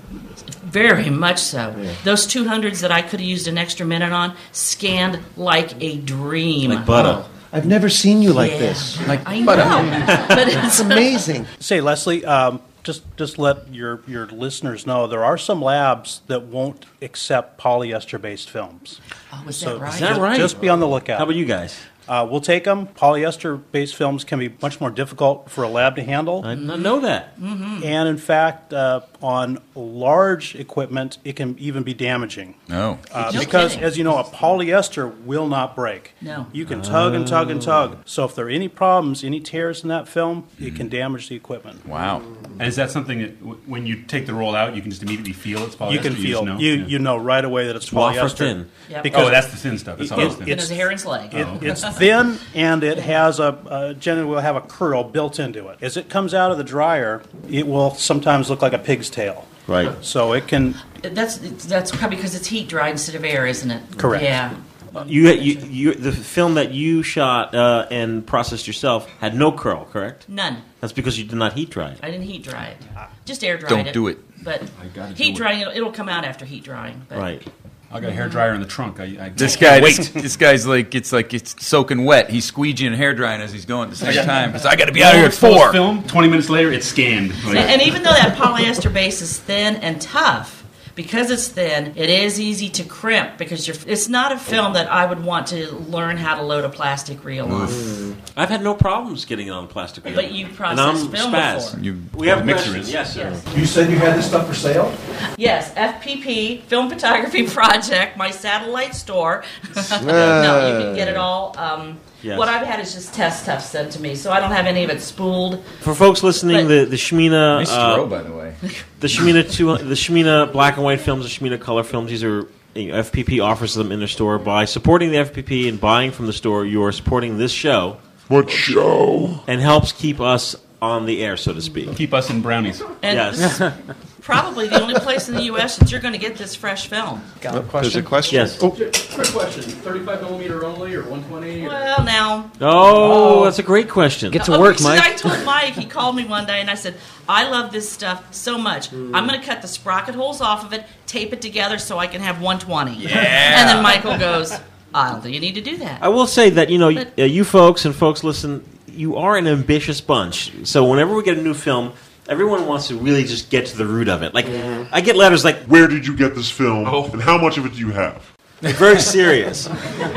Speaker 7: Very much so.
Speaker 3: Yeah.
Speaker 7: Those 200s that I could have used an extra minute on scanned like a dream.
Speaker 3: I've never seen you like
Speaker 7: Yeah.
Speaker 3: this.
Speaker 7: Like I butter. know, but uh, it's-
Speaker 3: it's amazing.
Speaker 2: Say, Leslie, um, just just let your your listeners know there are some labs that won't accept polyester based films.
Speaker 7: Oh, is
Speaker 2: So
Speaker 7: that right?
Speaker 2: just- Just be on the lookout.
Speaker 1: How about you guys?
Speaker 2: Uh, we'll take them. Polyester based films can be much more difficult for a lab to handle.
Speaker 1: I did not know that.
Speaker 2: And in fact, uh, on large equipment, it can even be damaging.
Speaker 8: No.
Speaker 2: Uh,
Speaker 8: No
Speaker 2: because,
Speaker 8: kidding.
Speaker 2: as you know, a polyester will not break.
Speaker 7: No.
Speaker 2: You can tug and tug and
Speaker 1: Oh.
Speaker 2: tug. So, if there are any problems, any tears in that film, it
Speaker 1: Mm-hmm.
Speaker 2: can damage the equipment.
Speaker 8: Wow.
Speaker 4: And is that something that w- when you take the roll out, you can just immediately feel it's polyester?
Speaker 2: you can
Speaker 4: just
Speaker 2: feel
Speaker 4: know?
Speaker 2: you
Speaker 4: Yeah.
Speaker 2: you know right away that it's
Speaker 4: Wafer
Speaker 2: polyester.
Speaker 4: thin. Yep. Oh, that's the thin stuff. It's
Speaker 2: it-
Speaker 4: always
Speaker 2: it-
Speaker 4: thin.
Speaker 2: it's-
Speaker 7: Thin as a heron's leg.
Speaker 2: it-
Speaker 7: Oh, okay.
Speaker 2: It's thin and it has a uh, generally will have a curl built into it. As it comes out of the dryer, it will sometimes look like a pig's tail.
Speaker 1: Right.
Speaker 2: So it can
Speaker 7: Uh, That's that's probably because it's heat dried instead of air, isn't it?
Speaker 2: Correct.
Speaker 7: Yeah.
Speaker 4: Uh,
Speaker 1: You, you, you, the film that you shot uh, and processed yourself had no curl, correct?
Speaker 7: None.
Speaker 1: That's because you did not heat dry it.
Speaker 7: I didn't heat dry it. Just air dry
Speaker 1: Don't
Speaker 7: it.
Speaker 1: do it.
Speaker 7: But
Speaker 1: I gotta
Speaker 7: heat
Speaker 1: do it.
Speaker 7: drying, it'll, it'll come out after heat drying. But
Speaker 1: Right.
Speaker 4: I got a hair dryer in the trunk. I, I
Speaker 8: This guy,
Speaker 4: wait.
Speaker 8: this, this guy's like, it's like it's soaking wet. He's squeegeeing and hair drying as he's going at the
Speaker 4: I got-
Speaker 8: same time. So I got to be out of here at
Speaker 4: It's full of
Speaker 8: four.
Speaker 4: Film. Twenty minutes later, it's scanned. Like-
Speaker 7: And, and even though that polyester base is thin and tough, because it's thin, it is easy to crimp because you're, it's not a film that I would want to learn how to load a plastic reel on.
Speaker 1: I've had no problems getting it on plastic reel.
Speaker 7: But you
Speaker 1: and I'm
Speaker 7: processed film
Speaker 1: spaz.
Speaker 7: before.
Speaker 8: You-
Speaker 1: we have
Speaker 4: the mixer
Speaker 1: questions.
Speaker 4: is-
Speaker 1: Yes, sir.
Speaker 18: You said you had this stuff for sale?
Speaker 7: Yes, FPP, Film Photography Project, my satellite store. no, you can get it all. Um,
Speaker 1: Yes.
Speaker 7: What I've had is just test stuff sent to me, so I don't have any of it spooled.
Speaker 1: For folks listening, the the Shemina,
Speaker 8: Nice
Speaker 1: uh,
Speaker 8: throw, by the way.
Speaker 1: the Shemina two, the Shemina black and white films, the Shemina color films. These are you know, FPP offers them in their store. By supporting the FPP and buying from the store, you are supporting this show.
Speaker 5: What show?
Speaker 1: And helps keep us on the air, so to speak.
Speaker 4: Keep us in brownies.
Speaker 7: And
Speaker 1: yes.
Speaker 7: this is probably the only place in the U.S. that you're going to get this fresh film.
Speaker 1: Got a There's question? a question. Yes. Oh.
Speaker 18: Quick question, thirty-five millimeter only or one twenty?
Speaker 7: Well, now.
Speaker 1: Oh, that's a great question. Oh,
Speaker 7: Okay, so I told Mike, he called me one day and I said, I love this stuff so much. I'm going to cut the sprocket holes off of it, tape it together so I can have 120. Yeah. and then Michael goes, I don't think you need to do that.
Speaker 1: I will say that you know
Speaker 7: But-
Speaker 1: uh, you folks and folks listen. You are an ambitious bunch. So whenever we get a new film, everyone wants to really just get to the root of it. Like I get letters like, "Where did you get this film? And how much of it do you have?" Like, very serious.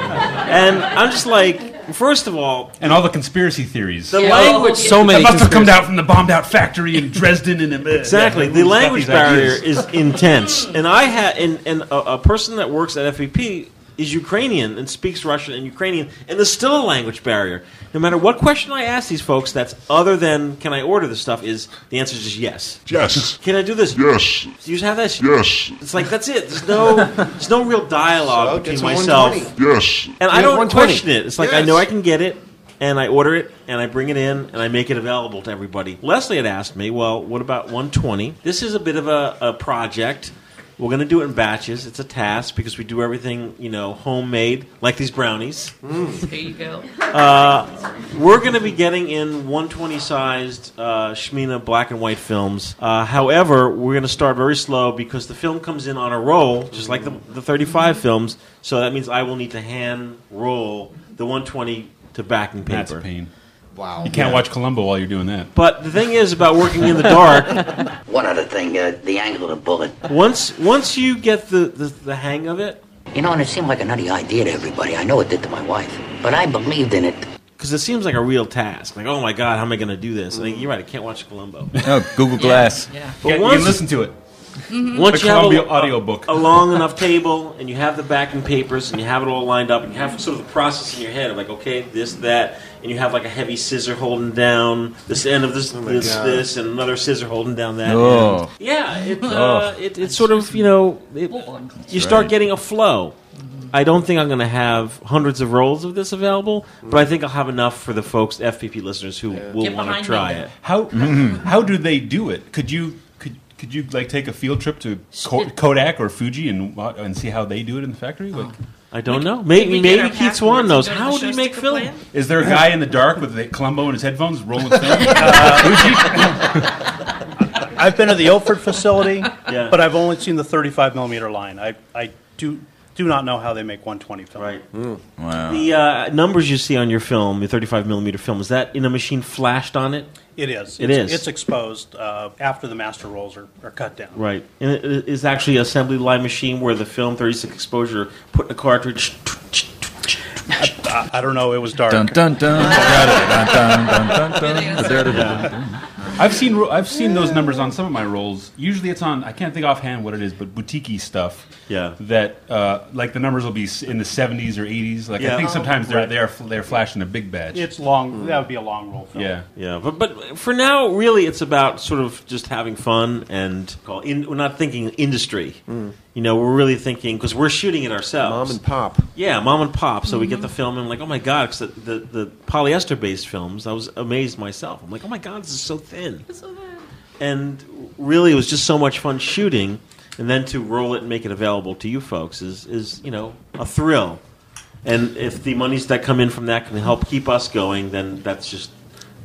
Speaker 1: and I'm just like, first of all,
Speaker 4: and all the conspiracy theories.
Speaker 1: The Yeah. language- So
Speaker 4: so
Speaker 1: many
Speaker 4: many. That must have come
Speaker 1: conspiracy-
Speaker 4: down from the bombed out factory in Dresden and uh,
Speaker 1: Exactly.
Speaker 4: Yeah,
Speaker 1: the
Speaker 4: who's got
Speaker 1: language
Speaker 4: these ideas?
Speaker 1: barrier is intense. And I had and, and a, a person that works at FEP is Ukrainian and speaks Russian and Ukrainian, and there's still a language barrier. No matter what question I ask these folks, that's other than can I order this stuff, is the answer is just yes.
Speaker 5: Yes.
Speaker 1: Can I do this?
Speaker 5: Yes.
Speaker 1: Do you have this?
Speaker 5: Yes.
Speaker 1: It's like that's it. There's no there's no real dialogue
Speaker 5: So,
Speaker 1: between
Speaker 5: it's
Speaker 1: myself.
Speaker 5: 120. Yes.
Speaker 1: And I
Speaker 5: You have
Speaker 1: don't
Speaker 5: 120.
Speaker 1: question it. It's like I
Speaker 5: Yes.
Speaker 1: know I can get it and I order it and I bring it in and I make it available to everybody. Leslie had asked me, well, what about 120? This is a bit of a, a project. We're going to do it in batches. It's a task because we do everything, you know, homemade, like these brownies.
Speaker 7: There you go.
Speaker 1: Uh, we're going to be getting in 120 sized uh, Shmina black and white films. Uh, however, we're going to start very slow because the film comes in on a roll, just like the, the 35 films. So that means I will need to hand roll the 120 to backing paper.
Speaker 4: That's a pain.
Speaker 17: Wow.
Speaker 4: You can't watch Columbo while you're doing that.
Speaker 1: But the thing is about working in the dark.
Speaker 17: One other thing, uh, the angle of the bullet.
Speaker 1: Once once you get the, the, the hang of it,
Speaker 17: You know, and it seemed like a nutty idea to everybody. I know it did to my wife, but I believed in it.
Speaker 1: because it seems like a real task. Like, oh my god, how am I going to do this? And you're right, I can't watch Columbo.
Speaker 8: Oh, Google Glass.
Speaker 1: yeah. Mm-hmm.
Speaker 4: Yeah, you can listen to it. Mhm.
Speaker 1: Once
Speaker 4: The
Speaker 1: you have
Speaker 4: Columbia
Speaker 1: a,
Speaker 4: audiobook.
Speaker 1: a long enough table, and you have the backing papers, and you have it all lined up, and you have sort of the process in your head of like, okay, this, that, and you have like a heavy scissor holding down this end of this,
Speaker 19: my
Speaker 1: this,
Speaker 19: God.
Speaker 1: this, and another scissor holding down that.
Speaker 19: Oh.
Speaker 1: end. Yeah, it, uh,
Speaker 19: Oh.
Speaker 1: it, it's sort of you know, it, you start
Speaker 19: Right.
Speaker 1: getting a flow. I don't think I'm going to have hundreds of rolls of this available, but I think I'll have enough for the folks, FPP listeners, who will
Speaker 4: Get
Speaker 1: want to
Speaker 4: behind
Speaker 1: try
Speaker 4: me.
Speaker 1: it.
Speaker 4: How
Speaker 8: Mm-hmm.
Speaker 4: how do they do it? Could you could could you like take a field trip to Ko- Kodak or Fuji and wa- and see how they do it in the factory? Like
Speaker 1: Oh. I don't know. Maybe maybe Keith Swan knows how do you make film.
Speaker 4: Is there a guy in the dark with the Columbo in his headphones rolling Uh, film?
Speaker 2: uh, I've been to the Ilford facility,
Speaker 4: Yeah.
Speaker 2: but I've only seen the 35 millimeter line. I, I do do not know how they make 120 film.
Speaker 1: Right.
Speaker 8: Hmm. Wow.
Speaker 1: The uh, numbers you see on your film, your 35 millimeter film, is that in a machine flashed on it?
Speaker 2: It is.
Speaker 1: It
Speaker 2: it's,
Speaker 1: is.
Speaker 2: It's exposed uh, after the master rolls are, are cut down.
Speaker 1: right. And it- it is actually an assembly line machine where the film 36 exposure put in a cartridge.
Speaker 2: I, I don't know. It was dark.
Speaker 8: Dun, dun, dun.
Speaker 4: I've seen ro- I've seen those numbers on some of my rolls. Usually it's on I can't think offhand what it is, but boutique stuff.
Speaker 1: Yeah.
Speaker 4: That uh, like the numbers will be s- in the seventies or eighties. Like
Speaker 1: Yeah.
Speaker 4: I think sometimes they're
Speaker 1: Right.
Speaker 4: they're fl- they're flashing a big batch.
Speaker 2: It's
Speaker 1: Hmm.
Speaker 2: long. That would be a long roll film.
Speaker 4: Yeah.
Speaker 1: Yeah, but but for now, really, it's about sort of just having fun and call in, we're not thinking industry. You know, we're really thinking because we're shooting it ourselves, mom and
Speaker 3: pop.
Speaker 1: Yeah, mom and pop. So we get the film and I'm like, oh my god, 'cause the, the the polyester based films, I was amazed myself. I'm like, oh my god, this is so thin. It's so thin. And really, it was just so much fun shooting, and then to roll it and make it available to you folks is is you know a thrill. And if the monies that come in from that can help keep us going, then that's just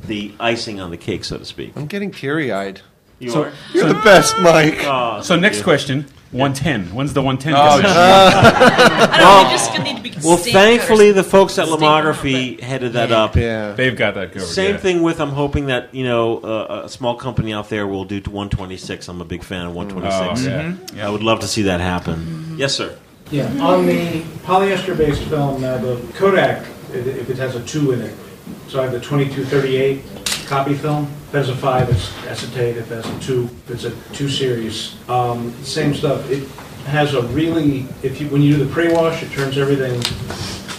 Speaker 1: the icing on the cake, so to speak.
Speaker 3: I'm getting teary eyed.
Speaker 1: You are? Oh,
Speaker 3: You're the best, Mike.
Speaker 4: so next question, 110. When's the 110?
Speaker 3: Oh,
Speaker 4: coming?
Speaker 3: geez.
Speaker 1: well, well, thankfully, the folks at Lomography headed that up.
Speaker 4: Yeah. They've got that covered,
Speaker 1: Same
Speaker 4: yeah.
Speaker 1: thing with. I'm hoping that you know uh, a small company out there will do to 126. I'm a big fan of 126.
Speaker 4: Oh, yeah.
Speaker 11: Mm-hmm.
Speaker 4: Mhm.
Speaker 1: I would love to see that happen. Yes, sir.
Speaker 13: Yeah, on the polyester-based film, now the Kodak, i- if it has a two in it, so I have the 2238 copy film. If it has a five, it's acetate. If it has a two, it's a two series. Um, same stuff. It has a really, if you when you do the pre-wash, it turns everything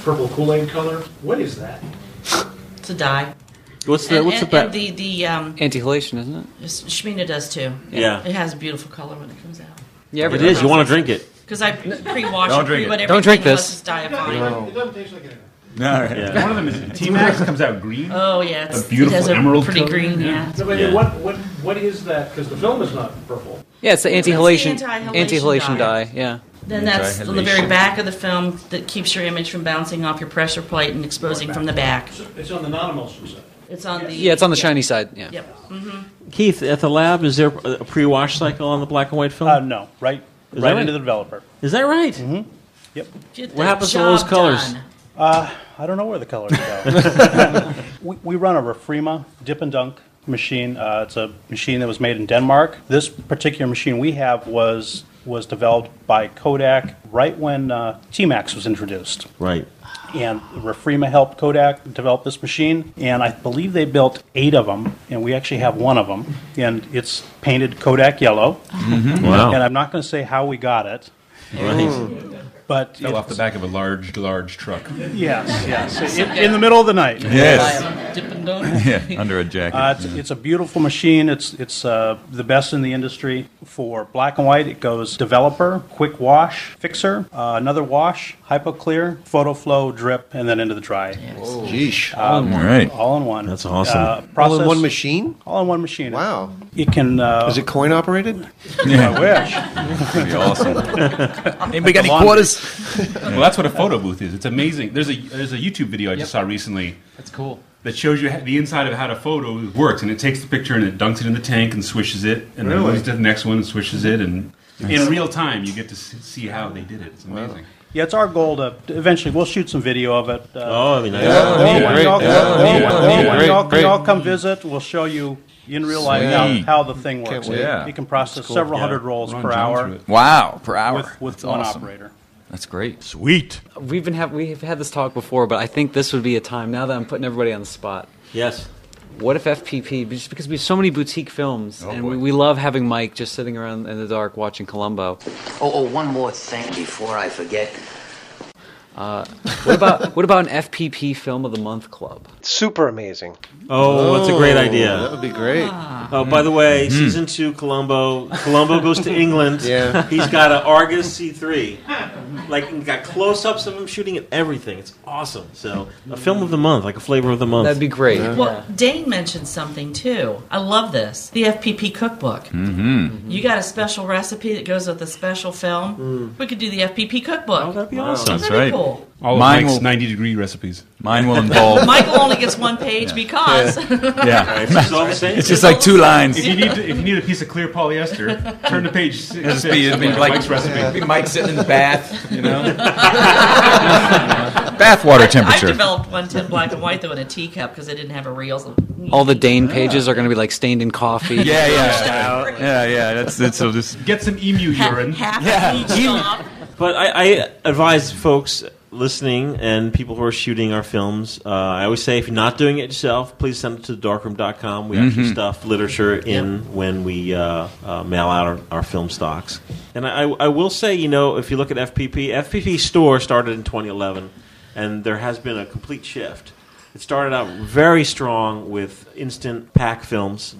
Speaker 13: purple Kool-Aid color. What is that?
Speaker 7: It's a dye.
Speaker 1: What's
Speaker 7: and, and, and the the um,
Speaker 11: Anti-halation, isn't it?
Speaker 7: Shmina does too.
Speaker 11: Yeah.
Speaker 7: It has beautiful color when it comes out.
Speaker 11: Yeah,
Speaker 1: It is. You want to drink it?
Speaker 7: Because I pre-wash
Speaker 11: Don't
Speaker 7: it,
Speaker 11: drink
Speaker 7: pre-
Speaker 11: it.
Speaker 7: whatever
Speaker 11: Don't drink
Speaker 7: thing
Speaker 11: this.
Speaker 7: unless it's dye
Speaker 4: No.
Speaker 7: of
Speaker 4: It
Speaker 7: doesn't
Speaker 13: taste like anything.
Speaker 4: All right.
Speaker 1: Yeah.
Speaker 4: One of them is T-Max comes out green.
Speaker 7: Oh yeah, it's,
Speaker 4: A beautiful
Speaker 7: it has a
Speaker 4: emerald
Speaker 7: pretty
Speaker 4: color.
Speaker 7: green. Yeah.
Speaker 13: No, but What, what, what is that? Because the film is not purple.
Speaker 11: Yeah, it's the
Speaker 7: It's the
Speaker 11: anti-halation
Speaker 7: anti-halation
Speaker 11: anti-halation
Speaker 7: dye.
Speaker 11: dye. Yeah.
Speaker 7: Then that's on the very back of the film that keeps your image from bouncing off your pressure plate and exposing from the back.
Speaker 13: It's on the non-emulsion side.
Speaker 7: It's on the
Speaker 11: Yeah, it's on the shiny side. Yeah.
Speaker 7: Yep. hmm
Speaker 1: Keith, at the lab, is there a pre-wash cycle on the black and white film? Uh,
Speaker 2: no, right,
Speaker 1: Is
Speaker 2: right
Speaker 1: that
Speaker 2: into
Speaker 1: right?
Speaker 2: the developer.
Speaker 1: Is that right?
Speaker 2: Mm-hmm. Yep.
Speaker 7: Get
Speaker 1: What that happens to all those job colours? done.
Speaker 2: Uh, I don't know where the colors go. we, we run a Refrema dip and dunk machine. Uh, it's a machine that was made in Denmark. This particular machine we have was was developed by Kodak right when uh, T-Max was introduced.
Speaker 1: Right.
Speaker 2: And Refrema helped Kodak develop this machine, and I believe they built eight of them, and we actually have one of them, and it's painted Kodak yellow.
Speaker 4: Mhm. Wow.
Speaker 2: And I'm not going to say how we got it.
Speaker 4: Right.
Speaker 2: But
Speaker 4: Fell off the back of a large, large truck.
Speaker 2: Yes, yes. In, in the middle of the night.
Speaker 4: Yes. Dip and dunk.
Speaker 8: Yeah, under a jacket.
Speaker 2: Uh, it's, it's a beautiful machine. It's it's uh, the best in the industry for black and white. It goes developer, quick wash, fixer, uh, another wash, hypo clear, photo flow, drip, and then into the dry.
Speaker 3: Jeesh.
Speaker 2: all in one. All in one. Uh,
Speaker 1: That's
Speaker 3: awesome. All in one machine?
Speaker 2: All in one machine.
Speaker 3: Wow.
Speaker 2: It can. Uh,
Speaker 3: Is it coin operated?
Speaker 2: I wish.
Speaker 4: That'd be awesome.
Speaker 2: Anybody got any Laundry. quarters?
Speaker 4: well, that's what a photo booth is. It's amazing. There's a there's a YouTube video I just saw recently.
Speaker 8: That's cool.
Speaker 4: That shows you how- the inside of how the photo works, and it takes the picture and it dunks it in the tank and swishes it, and
Speaker 8: Really?
Speaker 4: then moves to the next one and swishes it, and
Speaker 2: Nice.
Speaker 4: in real time you get to s- see how they did it. It's amazing.
Speaker 2: Yeah, it's our goal to to eventually we'll shoot some video of it. Uh,
Speaker 1: oh, that'd be nice.
Speaker 4: Yeah, that'd be
Speaker 2: or when
Speaker 4: great.
Speaker 2: y'all-
Speaker 4: Yeah, that'd be
Speaker 2: or-
Speaker 4: great.
Speaker 2: or
Speaker 4: That'd be
Speaker 2: when
Speaker 4: great.
Speaker 2: y'all- when
Speaker 4: Great.
Speaker 2: y'all come visit, we'll show you in real life how,
Speaker 8: Sweet.
Speaker 2: how the thing
Speaker 8: Can't
Speaker 2: works.
Speaker 8: wait. Yeah.
Speaker 2: You can process
Speaker 8: That's cool.
Speaker 2: several
Speaker 8: Yeah.
Speaker 2: hundred rolls
Speaker 8: Run
Speaker 2: per
Speaker 8: down
Speaker 2: hour.
Speaker 8: through it. Wow, per hour.
Speaker 2: With, with
Speaker 8: That's
Speaker 2: one
Speaker 8: awesome.
Speaker 2: operator.
Speaker 8: That's great.
Speaker 1: Sweet.
Speaker 11: We've been have we've had this talk before, but I think this would be a time now that I'm putting everybody on the spot.
Speaker 1: Yes.
Speaker 11: What if FPP? Just because we have so many boutique films,
Speaker 17: Oh,
Speaker 11: and
Speaker 17: boy.
Speaker 11: we, we love having Mike just sitting around in the dark watching Columbo.
Speaker 17: Oh, oh, one more thing before I forget.
Speaker 11: Uh, what about what about an FPP film of the month club?
Speaker 6: Super amazing.
Speaker 1: Oh, that's a great
Speaker 11: Oh,
Speaker 1: idea.
Speaker 11: that would be Mm-hmm.
Speaker 3: great.
Speaker 1: Oh, by the way, season two, Columbo. Columbo goes to England.
Speaker 3: Yeah.
Speaker 1: He's got an Argus C3. Like, he got close ups of him shooting at everything. It's awesome. So, a film of the month, like a flavor of the month.
Speaker 11: That'd be great.
Speaker 7: Well, Dane mentioned something too. I love this. The FPP cookbook.
Speaker 8: Mm-hmm.
Speaker 7: You got a special recipe that goes with a special film. We could do the FPP cookbook. Oh, that'd
Speaker 1: be
Speaker 4: awesome.
Speaker 7: That'd
Speaker 4: That's
Speaker 7: be
Speaker 4: right.
Speaker 7: cool.
Speaker 4: All of
Speaker 8: Mine
Speaker 4: Mike's
Speaker 8: will-
Speaker 4: 90 degree recipes.
Speaker 8: Mine will involve-
Speaker 7: Michael only gets one page because.
Speaker 8: Yeah.
Speaker 4: It's just all the same.
Speaker 8: It's just like two lines.
Speaker 4: If you need to, if you need a piece of clear polyester, turn to page six.
Speaker 8: It'll just be- it'll be
Speaker 4: six,
Speaker 8: like-
Speaker 4: Mike's recipe.
Speaker 8: it'll be Mike sitting in the bath, you know? Bath water temperature.
Speaker 7: I developed one tin black and white though in a teacup because I didn't have a reel. So-
Speaker 11: All the Dane pages are going to be like stained in coffee.
Speaker 8: Yeah, yeah, yeah, yeah. That's that's so just
Speaker 4: get some emu urine.
Speaker 1: But I, I advise folks listening and people who are shooting our films, uh, I always say if you're not doing it yourself, please send it to darkroom.com. We actually
Speaker 8: Mhm.
Speaker 1: stuff literature in when we uh, uh, mail out our, our film stocks. And I, I will say, you know, if you look at FPP, FPP Store started in 2011, and there has been a complete shift. It started out very strong with instant pack films,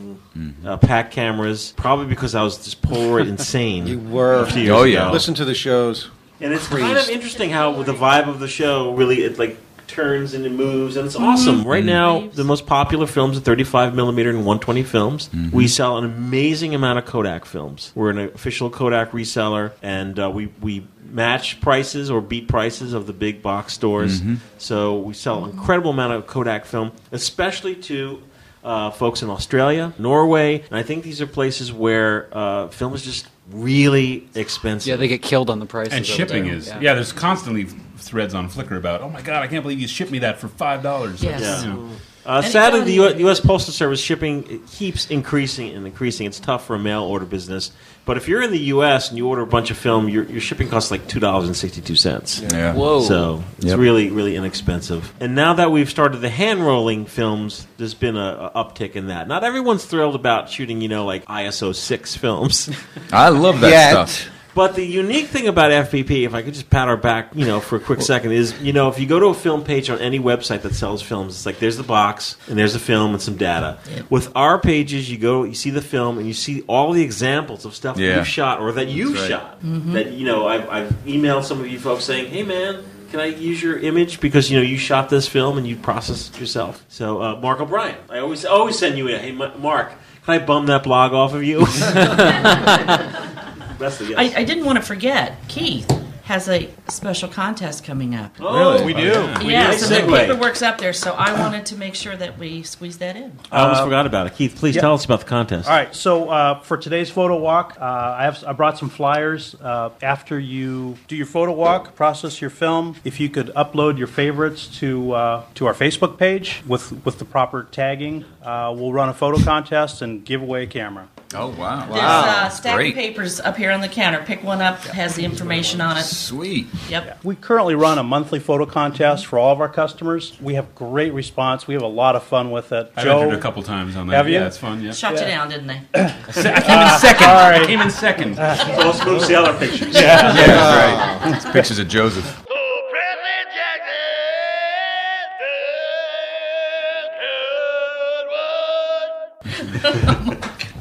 Speaker 1: uh, pack cameras, probably because I was just Polaroid insane.
Speaker 3: You were.
Speaker 1: a few
Speaker 4: Oh,
Speaker 1: years ago.
Speaker 3: Listen to the shows.
Speaker 1: And it's kind of interesting how the vibe of the show really it like turns and it moves, and it's awesome.
Speaker 11: Mm-hmm.
Speaker 1: Right now, the most popular films are 35 millimeter and 120 films.
Speaker 11: Mm-hmm.
Speaker 1: We sell an amazing amount of Kodak films. We're an official Kodak reseller, and uh, we we match prices or beat prices of the big box stores.
Speaker 11: Mm-hmm.
Speaker 4: Mhm.
Speaker 1: So we sell an incredible amount of Kodak film, especially to uh, folks in Australia, Norway, and I think these are places where uh, film is just really expensive.
Speaker 11: Yeah, they get killed on the prices
Speaker 4: and shipping is yeah. There's constantly threads on Flickr about oh my god, I can't believe you shipped me that for five dollars.
Speaker 1: Uh, sadly, the U- U.S. Postal Service shipping keeps increasing and increasing. It's tough for a mail order business, but if you're in the U.S. and you order a bunch of film, your, your shipping costs like two dollars and sixty-two cents.
Speaker 4: Yeah. Whoa.
Speaker 1: So it's
Speaker 4: Yep.
Speaker 1: really, really inexpensive. And now that we've started the hand rolling films, there's been a, a uptick in that. Not everyone's thrilled about shooting, you know, like ISO six films.
Speaker 8: I love that Yet. stuff.
Speaker 1: But the unique thing about FPP, if I could just pat our back, you know, for a quick second, is you know, if you go to a film page on any website that sells films, it's like there's the box and there's a film and some data. With our pages, you go, you see the film, and you see all the examples of stuff that
Speaker 4: Yeah.
Speaker 1: you've shot or that you've
Speaker 4: That's right.
Speaker 1: shot.
Speaker 4: Mhm.
Speaker 1: That you know, I've, I've emailed some of you folks saying, "Hey, man." Can I use your image because you know you shot this film and you processed it yourself? So uh, Mark O'Brien, I always I always send you a hey Ma- Mark, can I bum that blog off of you? That's the yes.
Speaker 7: I, I didn't want to forget, Keith has a special contest coming up.
Speaker 1: Oh, Really? we do. Oh, yeah. We
Speaker 7: yeah,
Speaker 1: do.
Speaker 7: so the
Speaker 1: Segue.
Speaker 7: paperwork's up there, so I wanted to make sure that we squeeze that in.
Speaker 11: Oh,
Speaker 1: I almost
Speaker 2: Uh,
Speaker 1: forgot about it. Keith, please
Speaker 2: yeah.
Speaker 1: tell us about the contest.
Speaker 2: All right. So uh, for today's photo walk, uh, I have I brought some flyers. Uh, after you do your photo walk, process your film. If you could upload your favorites to uh, to our Facebook page with with the proper tagging, uh, we'll run a photo contest and give away a camera.
Speaker 8: Oh wow!
Speaker 7: There's uh, stack of papers up here on the counter. Pick one up, has the information on it.
Speaker 8: Sweet.
Speaker 7: Yep.
Speaker 2: We currently run a monthly photo contest for all of our customers. We have great response. We have a lot of fun with it.
Speaker 4: I've
Speaker 2: Joe,
Speaker 4: entered a couple times on that.
Speaker 2: Have you?
Speaker 4: Yeah, it's fun, yeah. Uh,
Speaker 7: Shot you down, didn't they?
Speaker 4: I came in second. I came in second.
Speaker 1: So let's move to the other pictures.
Speaker 8: Yeah, that's right. It's pictures of Joseph.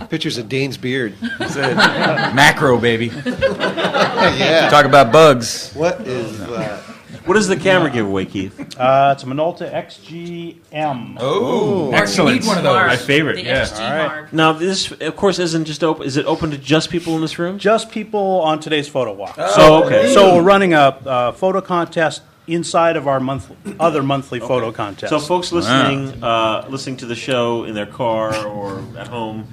Speaker 3: Pictures of Dane's beard.
Speaker 8: Macro baby.
Speaker 3: yeah.
Speaker 8: Talk about bugs.
Speaker 3: What is uh, that?
Speaker 1: What is the camera giveaway, Keith?
Speaker 2: Uh, it's a Minolta XGM.
Speaker 1: Oh,
Speaker 4: My favorite, yeah.
Speaker 1: Now, this, of course, isn't just open. Is it open to just people in this room?
Speaker 2: Just people on today's photo walk.
Speaker 1: Oh, okay.
Speaker 2: So we're running a uh, photo contest inside of our month, other monthly photo contest.
Speaker 1: So, folks listening, uh, listening to the show in their car or at home,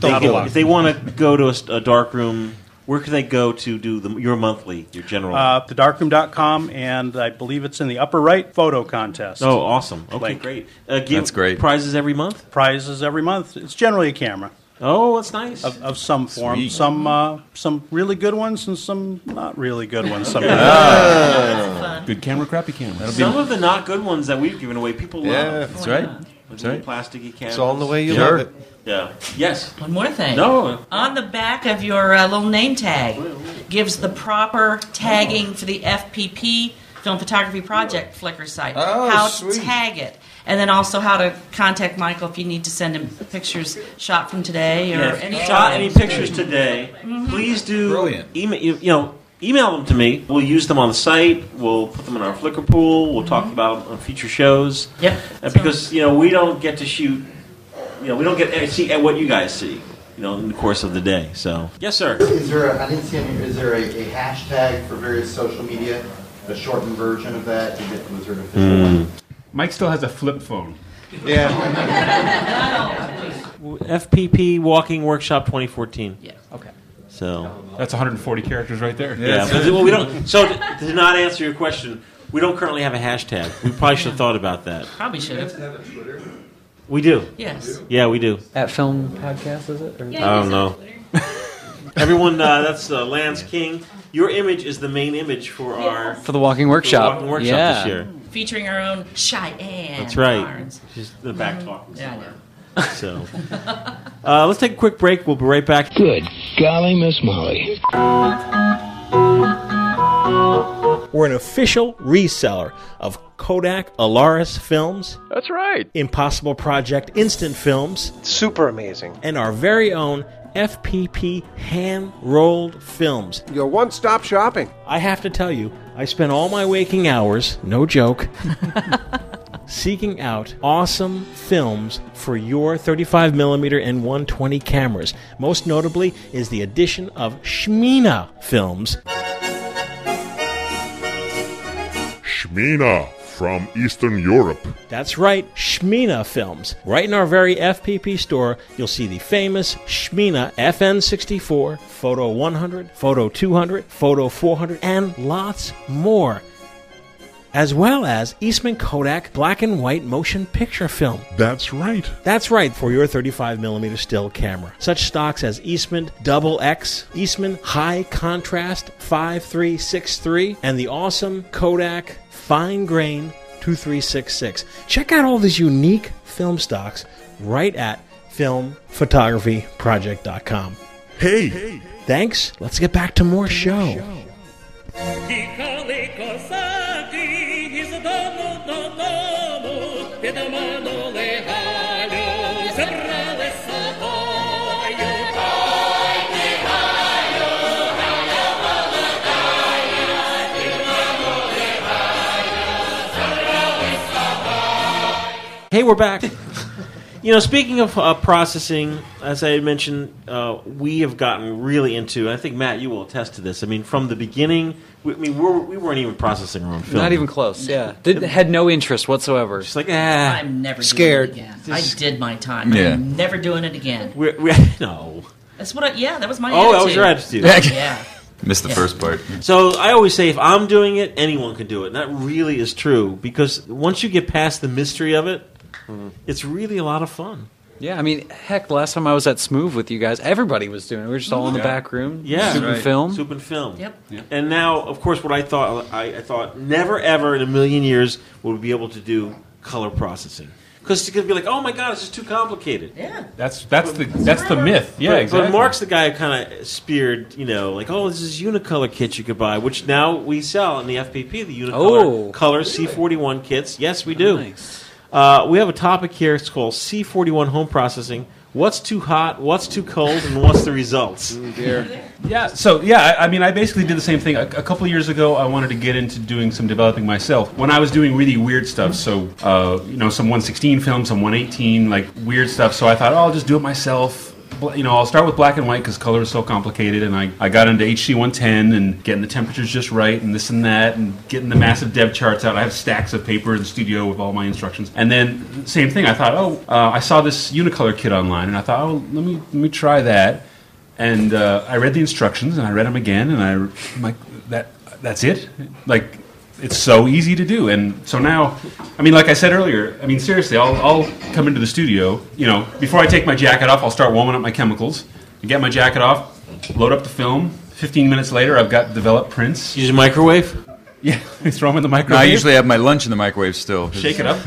Speaker 1: they
Speaker 2: Not
Speaker 1: can-
Speaker 2: a lot.
Speaker 1: if they want to go to a s- a, dark room, where can they go to do the, your monthly, your general?
Speaker 2: Uh, thedarkroom.com, and I believe it's in the upper right photo contest.
Speaker 1: oh, awesome. Okay,
Speaker 2: Like-
Speaker 1: great. Uh, give Prizes every month.
Speaker 2: Prizes every month. It's generally a camera.
Speaker 1: Oh, that's nice.
Speaker 2: Of, of some form,
Speaker 1: Sweet.
Speaker 2: some uh, some really good ones and some not really good ones. Some
Speaker 4: Good camera, crappy camera. That'll be-
Speaker 1: Some of the not good ones that we've given away, people
Speaker 4: Yeah,
Speaker 1: love.
Speaker 4: that's right.
Speaker 1: With
Speaker 4: That's
Speaker 1: little
Speaker 4: right.
Speaker 1: plasticky cameras.
Speaker 3: It's all in the way you
Speaker 1: yeah.
Speaker 3: love it.
Speaker 1: Yeah. Yes.
Speaker 7: One more thing.
Speaker 1: No.
Speaker 7: On the back of your uh, little name tag gives the proper tagging for the FPP Film Photography Project Flickr site.
Speaker 15: Oh,
Speaker 7: how
Speaker 15: sweet.
Speaker 7: to tag it. And then also how to contact Michael if you need to send him pictures shot from today or
Speaker 1: Yeah, if
Speaker 7: any
Speaker 1: you Mm-hmm. shot
Speaker 7: time. Mm-hmm.
Speaker 1: any pictures today, please do email. You, you know, email them to me. We'll use them on the site. We'll put them in our Flickr pool. We'll talk about them on future shows.
Speaker 7: Yep.
Speaker 1: And because you know we don't get to shoot. You know we don't get to see eh, what you guys see. You know in the course of the day. So Yes, sir.
Speaker 14: Is there? A, I didn't see any. Is there a, a hashtag for various social media? A shortened version of that? Did it- was there an official
Speaker 8: Hmm.
Speaker 14: one?
Speaker 4: Mike still has a flip phone.
Speaker 1: FPP Walking Workshop 2014. Yeah.
Speaker 8: Okay.
Speaker 1: So
Speaker 4: that's 140 characters right there.
Speaker 1: Yeah, but well, we don't. So to, to not answer your question, we don't currently have a hashtag. We probably should have thought about that.
Speaker 7: Probably should have.
Speaker 1: We do.
Speaker 7: Yes.
Speaker 1: Yeah, we do.
Speaker 11: At film podcast is it? Or?
Speaker 1: I don't know. Everyone, uh, that's uh, Lance King. Your image is the main image for our
Speaker 11: For the walking workshop.
Speaker 1: walking workshop
Speaker 11: yeah.
Speaker 1: this year.
Speaker 7: Featuring our own Cheyenne.
Speaker 1: That's right.
Speaker 7: Barnes. Mm-hmm.
Speaker 1: She's in the back talking
Speaker 7: Yeah, I know.
Speaker 1: somewhere. So uh, let's take a quick break. We'll be right back.
Speaker 12: Good golly, Miss Molly.
Speaker 1: We're an official reseller of Kodak Alaris Films.
Speaker 6: That's right.
Speaker 1: Impossible Project Instant Films.
Speaker 6: Super amazing.
Speaker 1: And our very own FPP hand rolled films.
Speaker 12: Your one stop shopping.
Speaker 1: I have to tell you, I spend all my waking hours, no joke, seeking out awesome films for your 35mm and 120 cameras. Most notably is the addition of Shmina films.
Speaker 5: Shmina from Eastern Europe.
Speaker 1: That's right, Shmina Films. Right in our very FPP store, you'll see the famous Shmina FN64, Photo 100, Photo 200, Photo 400, and lots more. As well as Eastman Kodak black and white motion picture film.
Speaker 5: That's right.
Speaker 1: That's right, for your 35mm still camera. Such stocks as Eastman Double X, Eastman High Contrast 5363, and the awesome Kodak Fine Grain 2366. Check out all these unique film stocks right at filmphotographyproject.com.
Speaker 5: Hey!
Speaker 1: Thanks. Let's get back to more show.
Speaker 15: Тікали козаки із дому додому, підманули Галю, забрали з собою. Ой, ти Галю, Галя молодая, підманули Галю, забрали з собою.
Speaker 1: Hey, we're back. you know, speaking of uh, processing, as I had mentioned, uh, we have gotten really into. I think Matt, you will attest to this. I mean, from the beginning, we, I mean, we're, we weren't even processing our own film.
Speaker 11: Not even close. Yeah, Did, had no interest whatsoever. Just
Speaker 1: like ah,
Speaker 7: I'm never
Speaker 11: scared.
Speaker 7: Doing it again. I did my time.
Speaker 11: Yeah.
Speaker 7: I'm never doing it again.
Speaker 1: We're, we no.
Speaker 7: That's what. I, yeah, that was my.
Speaker 1: Oh, that was your attitude.
Speaker 7: yeah.
Speaker 8: Missed the
Speaker 7: Yeah.
Speaker 8: first part.
Speaker 1: So I always say if I'm doing it, anyone can do it. And that really is true because once you get past the mystery of it, it's really a lot of fun.
Speaker 11: Yeah, I mean, heck, last time I was at Smooth with you guys, everybody was doing it. We were just all in the
Speaker 1: Yeah.
Speaker 11: back room,
Speaker 1: Yeah,
Speaker 11: shooting film.
Speaker 1: soup and film.
Speaker 7: Yep.
Speaker 1: And now, of course, what I thought I, I thought never ever in a million years would we be able to do color processing because it's going to be like, oh my god, it's just too complicated.
Speaker 7: Yeah.
Speaker 4: That's that's the that's the myth. Yeah,
Speaker 1: but,
Speaker 4: exactly.
Speaker 1: But Mark's the guy who kind of speared, you know, like, oh, this is Unicolor kit you could buy, which now we sell in the FPP, the Unicolor
Speaker 11: Oh.
Speaker 1: Color C41 kits. Yes, we do. Uh, we have a topic here. It's called C41 Home Processing. What's too hot? What's too cold? And what's the results?
Speaker 4: Yeah. So yeah, I, I mean, I basically did the same thing. A, a couple of years ago, I wanted to get into doing some developing myself. When I was doing really weird stuff, so uh, you know, some 116 film, some 118, like weird stuff. So I thought, oh, I'll just do it myself. Bl- You know, I'll start with black and white because color is so complicated. And I, I got into HC 110 and getting the temperatures just right and this and that and getting the massive dev charts out. I have stacks of paper in the studio with all my instructions. And then same thing. I thought, oh, uh, I saw this Unicolor kit online, and I thought, oh, let me let me try that and uh, I read the instructions and I read them again, and I, am like, that that's it. Like, it's so easy to do, and so now, I mean, like I said earlier, I mean, seriously, I'll I'll come into the studio, you know, before I take my jacket off, I'll start warming up my chemicals, I get my jacket off, load up the film. Fifteen minutes later, I've got developed prints.
Speaker 1: Use a microwave.
Speaker 4: Yeah, throw them in the
Speaker 8: No,
Speaker 4: microwave.
Speaker 8: I usually have my lunch in the microwave still.
Speaker 4: shake it up.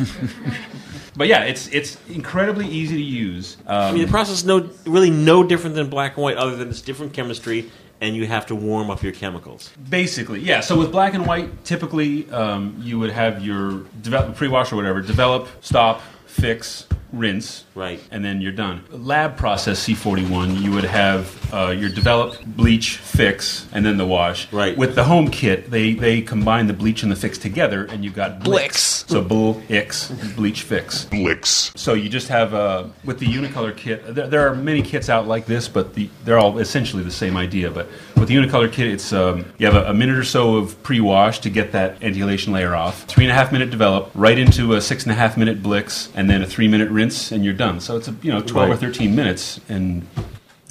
Speaker 4: but yeah, it's it's incredibly easy to use. Um,
Speaker 1: I mean, the process is no, really no different than black and white, other than it's different chemistry, and you have to warm up your chemicals.
Speaker 4: Basically, yeah. So with black and white, typically um, you would have your develop, pre-wash or whatever develop, stop, fix, rinse, right, and then you're done. Lab process C41, you would have uh, your develop, bleach, fix, and then the wash. Right. With the home kit, they they combine the bleach and the fix together, and you've got blix. So bull ix bleach fix blix. So you just have uh, with the Unicolor kit. There, there are many kits out like this, but the, they're all essentially the same idea. But with the Unicolor kit, it's um, you have a, a minute or so of pre-wash to get that anti-elation layer off. Three and a half minute develop, right into a six and a half minute blix, and then a three minute rinse, and you're done. So it's a you know twelve or
Speaker 1: Right.
Speaker 4: thirteen minutes, and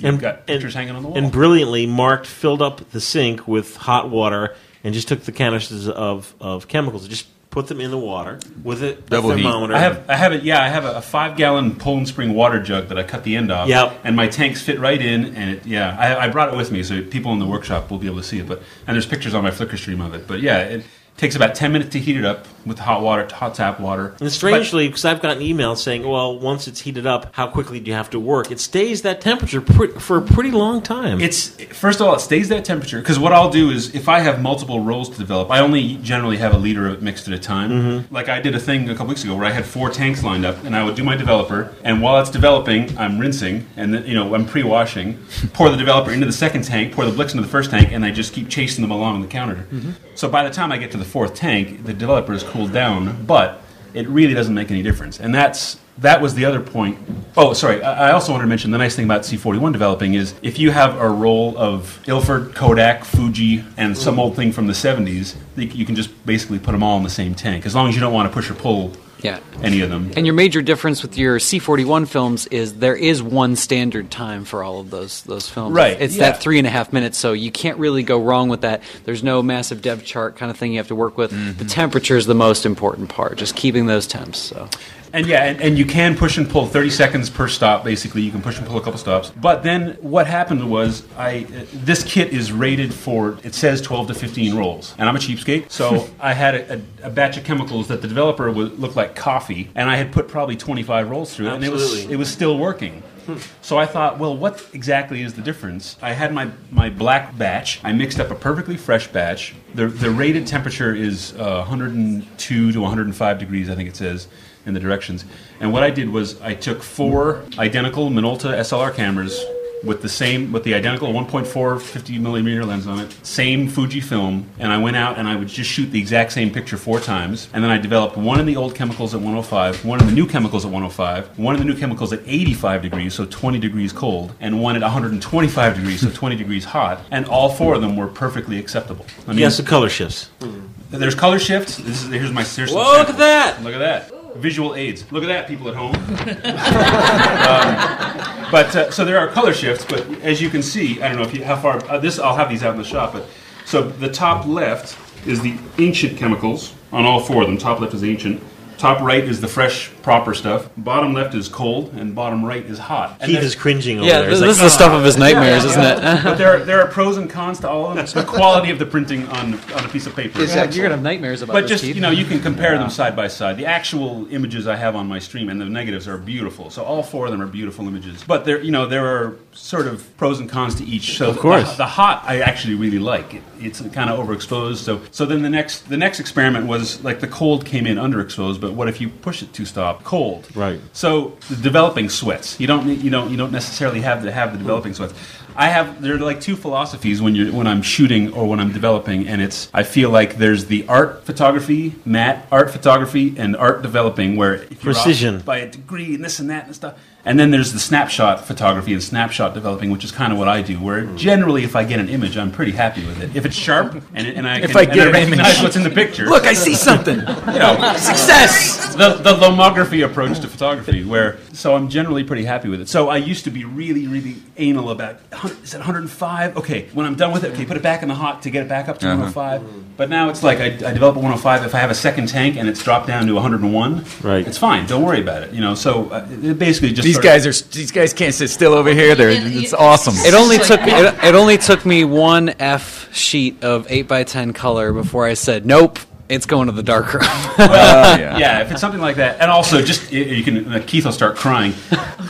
Speaker 4: you've got pictures hanging on the wall.
Speaker 1: And brilliantly, Mark filled up the sink with hot water and just took the canisters of, of chemicals, and just put them in the water with a
Speaker 8: Double
Speaker 1: a
Speaker 8: heat.
Speaker 1: thermometer.
Speaker 4: I have, I have it. Yeah, I have a, a five-gallon Poland Spring water jug that I cut the end off.
Speaker 1: Yep.
Speaker 4: And my tanks fit right in, and it, yeah, I, I brought it with me, so people in the workshop will be able to see it. But and there's pictures on my Flickr stream of it. But yeah, it takes about ten minutes to heat it up with hot water, hot tap water.
Speaker 1: and strangely, because I've gotten emails saying, well, once it's heated up, how quickly do you have to work? It stays that temperature pr- for a pretty long time.
Speaker 4: It's first of all, it stays that temperature because what I'll do is if I have multiple rolls to develop, I only generally have a liter of it mixed at a time.
Speaker 1: Mhm.
Speaker 4: Like I did a thing a couple weeks ago where I had four tanks lined up, and I would do my developer, and while it's developing, I'm rinsing, and then, you know I'm pre-washing, pour the developer into the second tank, pour the blix into the first tank, and I just keep chasing them along the counter. So by the time I get to the fourth tank, the developer is cooled down, but it really doesn't make any difference. And that's that was the other point. Oh, sorry. I I also wanted to mention the nice thing about C41 developing is if you have a roll of Ilford, Kodak, Fuji, and some old thing from the 70s, you you can just basically put them all in the same tank as long as you don't want to push or pull
Speaker 11: Yeah.
Speaker 4: any of them.
Speaker 11: And your major difference with your C41 films is there is one standard time for all of those those films.
Speaker 4: Right,
Speaker 11: It's
Speaker 4: yeah.
Speaker 11: that three and a half minutes, so you can't really go wrong with that. There's no massive dev chart kind of thing you have to work with.
Speaker 1: Mm-hmm.
Speaker 11: The temperature is the most important part, just keeping those temps. So.
Speaker 4: And yeah, and, and you can push and pull 30 seconds per stop, basically. You can push and pull a couple stops. But then what happened was, I uh, this kit is rated for, it says 12 to 15 rolls. And I'm a cheapskate, so I had a, a, a batch of chemicals that the developer would look like coffee, and I had put probably 25 rolls through it, and it was,
Speaker 1: Absolutely.
Speaker 4: it was still working. So I thought, well, what exactly is the difference? I had my, my black batch. I mixed up a perfectly fresh batch. The, the rated temperature is uh, 102 to 105 degrees, I think it says, in the directions. And what I did was I took four identical Minolta SLR cameras with the same with the identical 1.4 50 millimeter lens on it same fuji film and i went out and i would just shoot the exact same picture four times and then i developed one in the old chemicals at 105 one in the new chemicals at 105 one in the new chemicals at 85 degrees so 20 degrees cold and one at 125 degrees so 20 degrees hot and all four of them were perfectly acceptable i mean
Speaker 1: Yes, the color shifts.
Speaker 4: there's color shifts this is, here's my serious
Speaker 1: Whoa, look at that
Speaker 4: look at that visual aids look at that people at home um, but uh, so there are color shifts. But as you can see, I don't know if you how far uh, this. I'll have these out in the shop. But so the top left is the ancient chemicals on all four of them. Top left is ancient. Top right is the fresh, proper stuff. Bottom left is cold, and bottom right is hot. And
Speaker 1: Keith
Speaker 4: there's-
Speaker 1: is cringing over Yeah, there. He's this like, "Ah." is
Speaker 11: the stuff of his nightmares,
Speaker 4: Yeah,
Speaker 11: isn't
Speaker 4: yeah.
Speaker 11: it?
Speaker 4: but there are, there are pros and cons to all of them. It's the quality of the printing on, on a piece of paper.
Speaker 11: Is that- you're gonna have nightmares about
Speaker 4: But
Speaker 11: this,
Speaker 4: just
Speaker 11: Keith.
Speaker 4: you know, you can compare
Speaker 11: Yeah.
Speaker 4: them side by side. The actual images I have on my stream and the negatives are beautiful. So all four of them are beautiful images. But there, you know, there are sort of pros and cons to each. So
Speaker 1: Of course.
Speaker 4: uh, the, the hot I actually really like. It, it's kind of overexposed. So so then the next the next experiment was like the cold came in underexposed. But what if you push it to stop cold?
Speaker 1: Right.
Speaker 4: So the developing sweats. You don't need- you don't you don't necessarily have to have the developing sweats. I have there are like two philosophies when you're when I'm shooting or when I'm developing, and it's I feel like there's the art photography, Matt art photography, and art developing where if you're off
Speaker 1: Precision.
Speaker 4: by a degree and this and that and stuff. And then there's the snapshot photography and snapshot developing, which is kind of what I do. Where generally, if I get an image, I'm pretty happy with it. If it's sharp and, it- and I
Speaker 8: If
Speaker 4: can-
Speaker 8: I
Speaker 4: and
Speaker 8: get an
Speaker 4: recognize
Speaker 8: image.
Speaker 4: what's in the picture,
Speaker 8: Look, I see something.
Speaker 4: You know,
Speaker 8: Success!
Speaker 4: The the lomography approach to photography, where so I'm generally pretty happy with it. So I used to be really really anal about "Hun- is it 105? Okay, when I'm done with it, okay, put it back in the hot to get it back up to
Speaker 8: Uh-huh.
Speaker 4: 105. But now it's like I, I develop a 105. If I have a second tank and it's dropped down to 101,
Speaker 1: Right.
Speaker 4: it's fine. Don't worry about it. You know, so uh, it it basically just
Speaker 8: These
Speaker 4: sort of-
Speaker 8: guys are these guys can't sit still over here. They're it's awesome.
Speaker 11: It only took me, it, it only took me one F sheet of eight by ten color before I said nope. It's going to the dark room.
Speaker 4: Well, yeah. if it's something like that, and also just y- you can uh, Keith will start crying.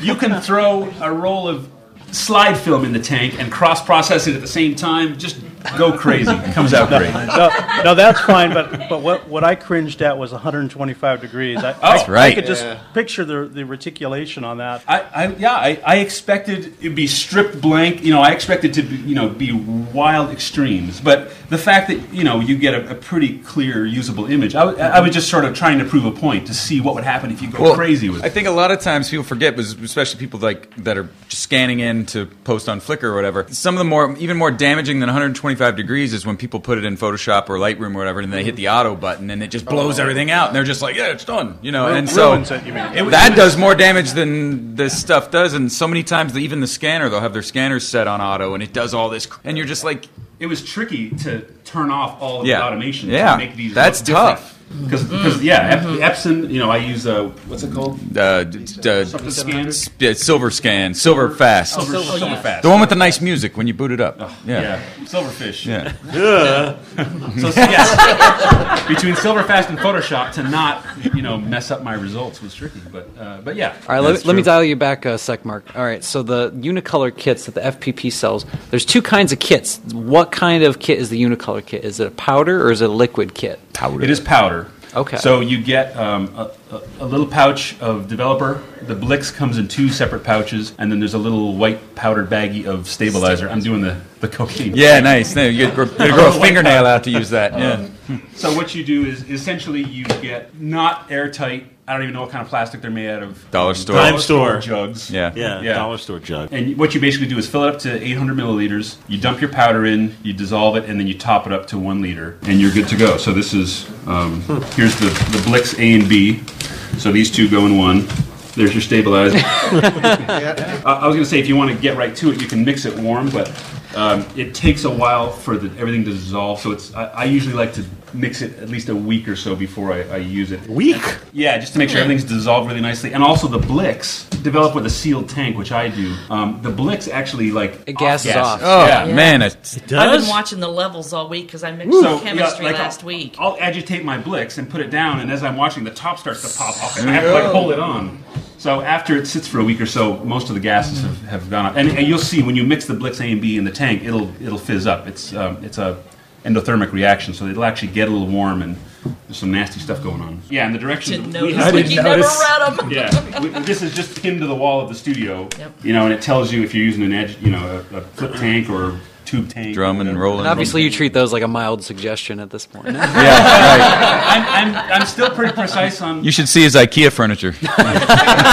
Speaker 4: You can throw a roll of slide film in the tank and cross process it at the same time. Just go crazy. It comes out
Speaker 2: No,
Speaker 4: great.
Speaker 2: No, no, that's fine, but, but what, what I cringed at was 125 degrees. I, I-
Speaker 4: That's right.
Speaker 2: I could just
Speaker 4: Yeah.
Speaker 2: picture the, the reticulation on that.
Speaker 4: I, I yeah, I, I expected it'd be stripped blank. You know, I expected to be, you know be wild extremes, but the fact that you know you get a, a pretty clear usable image, I, w- I was just sort of trying to prove a point to see what would happen if you go crazy with it.
Speaker 8: I think a lot of times people forget, was- especially people like that are just scanning in to post on Flickr or whatever. Some of the more, even more damaging than 125 degrees is when people put it in Photoshop or Lightroom or whatever, and they hit the auto button and it just blows
Speaker 14: Oh.
Speaker 8: everything out, and they're just like, yeah, it's done, you know.
Speaker 14: Ru-
Speaker 8: and so
Speaker 14: ruins it, you mean. It was-
Speaker 8: that does more damage than this stuff does. And so many times, the- even the scanner, they'll have their scanners set on auto, and it does all this, cr- and you're just like,
Speaker 4: it was tricky to turn off all of
Speaker 8: Yeah.
Speaker 4: the automation
Speaker 8: Yeah.
Speaker 4: to make these
Speaker 8: That's tough.
Speaker 4: because yeah Ep- Epson you know I use uh, what's it called
Speaker 8: uh, d- d- uh,
Speaker 4: Something scan?
Speaker 8: s- yeah, silver scan, silver fast,
Speaker 4: Silver- Silver- Silver yeah. fast.
Speaker 8: the one with the nice music when you boot it up. yeah.
Speaker 4: Silverfish
Speaker 8: Yeah.
Speaker 4: Duh. so yes between Silverfast and Photoshop to not you know mess up my results was tricky but uh, but yeah
Speaker 11: All right, let,
Speaker 4: That's
Speaker 11: let me
Speaker 4: true.
Speaker 11: dial you back a sec, Mark. All right, so the unicolor kits that the FPP sells, there's two kinds of kits. What kind of kit is the unicolor kit? Is it a powder or is it a liquid kit?
Speaker 8: Powder.
Speaker 4: It is powder.
Speaker 11: Okay.
Speaker 4: So you get um, a, a, a little pouch of developer. The Blix comes in two separate pouches, and then there's a little white powdered baggie of stabilizer. I'm doing the, the cocaine. Um,
Speaker 8: Yeah, nice. No, you're gonna grow a fingernail out to use that. Yeah.
Speaker 4: So what you do is essentially you get not airtight. I don't even know what kind of plastic they're made out of.
Speaker 8: Dollar store.
Speaker 4: dollar
Speaker 8: Dime
Speaker 4: store
Speaker 8: store.
Speaker 4: jugs.
Speaker 8: Yeah.
Speaker 1: Yeah, dollar store jug.
Speaker 4: And what you basically do is fill it up to 800 milliliters. You dump your powder in, you dissolve it, and then you top it up to one liter, and you're good to go. Oh, So this is um, here's the the Blix A and B. So these two go in one. There's your stabilizer. Uh, I was going to say, if you want to get right to it, you can mix it warm, but um, it takes a while for the, everything to dissolve. So it's I, I usually like to mix it at least a week or so before I, I use it. Week? yeah, just to make sure everything's dissolved really nicely. And also the Blix, developed with a sealed tank, which I do. Um, the Blix actually like it
Speaker 8: gases off. Oh, Yeah. man, it's- It
Speaker 7: I've been watching the levels all week because I mixed
Speaker 4: So,
Speaker 7: chemistry
Speaker 4: yeah, like,
Speaker 7: last
Speaker 4: I'll,
Speaker 7: week.
Speaker 4: I'll agitate my Blix and put it down, and as I'm watching, the top starts to pop off, and I have to like hold it on. So after it sits for a week or so, most of the gases have, have gone up, and, and you'll see when you mix the Blix A and B in the tank, it'll it'll fizz up. It's um, it's a endothermic reaction, so it'll actually get a little warm, and there's some nasty stuff going on. Yeah, in the direction
Speaker 7: Didn't notice. I didn't Like you never notice. read 'em.
Speaker 4: Yeah, we- this is just pinned to the wall of the studio. You know, and it tells you if you're using an edge, you know, a, a flip tank or tube tank,
Speaker 8: Drum and
Speaker 4: whatever.
Speaker 8: roll
Speaker 11: And obviously, you treat those like a mild suggestion at this
Speaker 4: I'm,
Speaker 11: point.
Speaker 4: I'm, I'm still pretty precise on.
Speaker 8: You should see his IKEA furniture.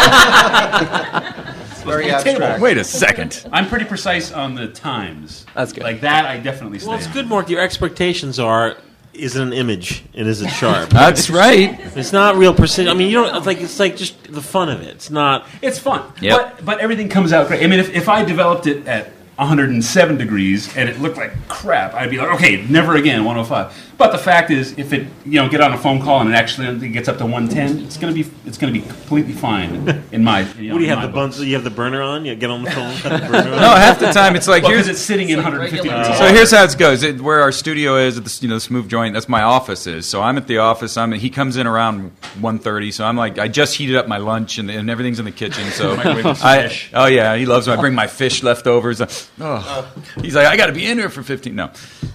Speaker 4: Very
Speaker 8: abstract. Wait a second.
Speaker 4: I'm pretty precise on the times. That's good. Like that, I definitely stay.
Speaker 1: Well, it's
Speaker 4: on.
Speaker 1: good, Mark. Your expectations are. Is it an image and is it sharp?
Speaker 8: That's right.
Speaker 1: It's not real precision. I mean, you don't it's like. It's like just the fun of it. It's not.
Speaker 4: It's fun.
Speaker 1: Yep.
Speaker 4: But, but everything comes out great. I mean, if, if I developed it at 107 degrees and it looked like crap, I'd be like, okay, never again, 105. But the fact is, if it you know get on a phone call and it actually gets up to 110, it's gonna be it's gonna be completely fine in my. You know,
Speaker 1: what do you
Speaker 4: in
Speaker 1: have
Speaker 4: my
Speaker 1: the buns? You have the burner on. You get on the phone. cut the burner on?
Speaker 8: No, half the time it's like
Speaker 4: Well, 'cause
Speaker 8: here's
Speaker 4: it's sitting in 150 degrees.
Speaker 8: So here's how it goes. It, where our studio is, at the, you know, the smooth joint. That's my office is. So I'm at the office. I'm. He comes in around 1.30, So I'm like, I just heated up my lunch and, and everything's in the kitchen. So
Speaker 4: Microwave some
Speaker 8: I,
Speaker 4: fish.
Speaker 8: oh yeah, he loves. When I bring my fish leftovers. Oh, he's like, I got to be in here for 15. No,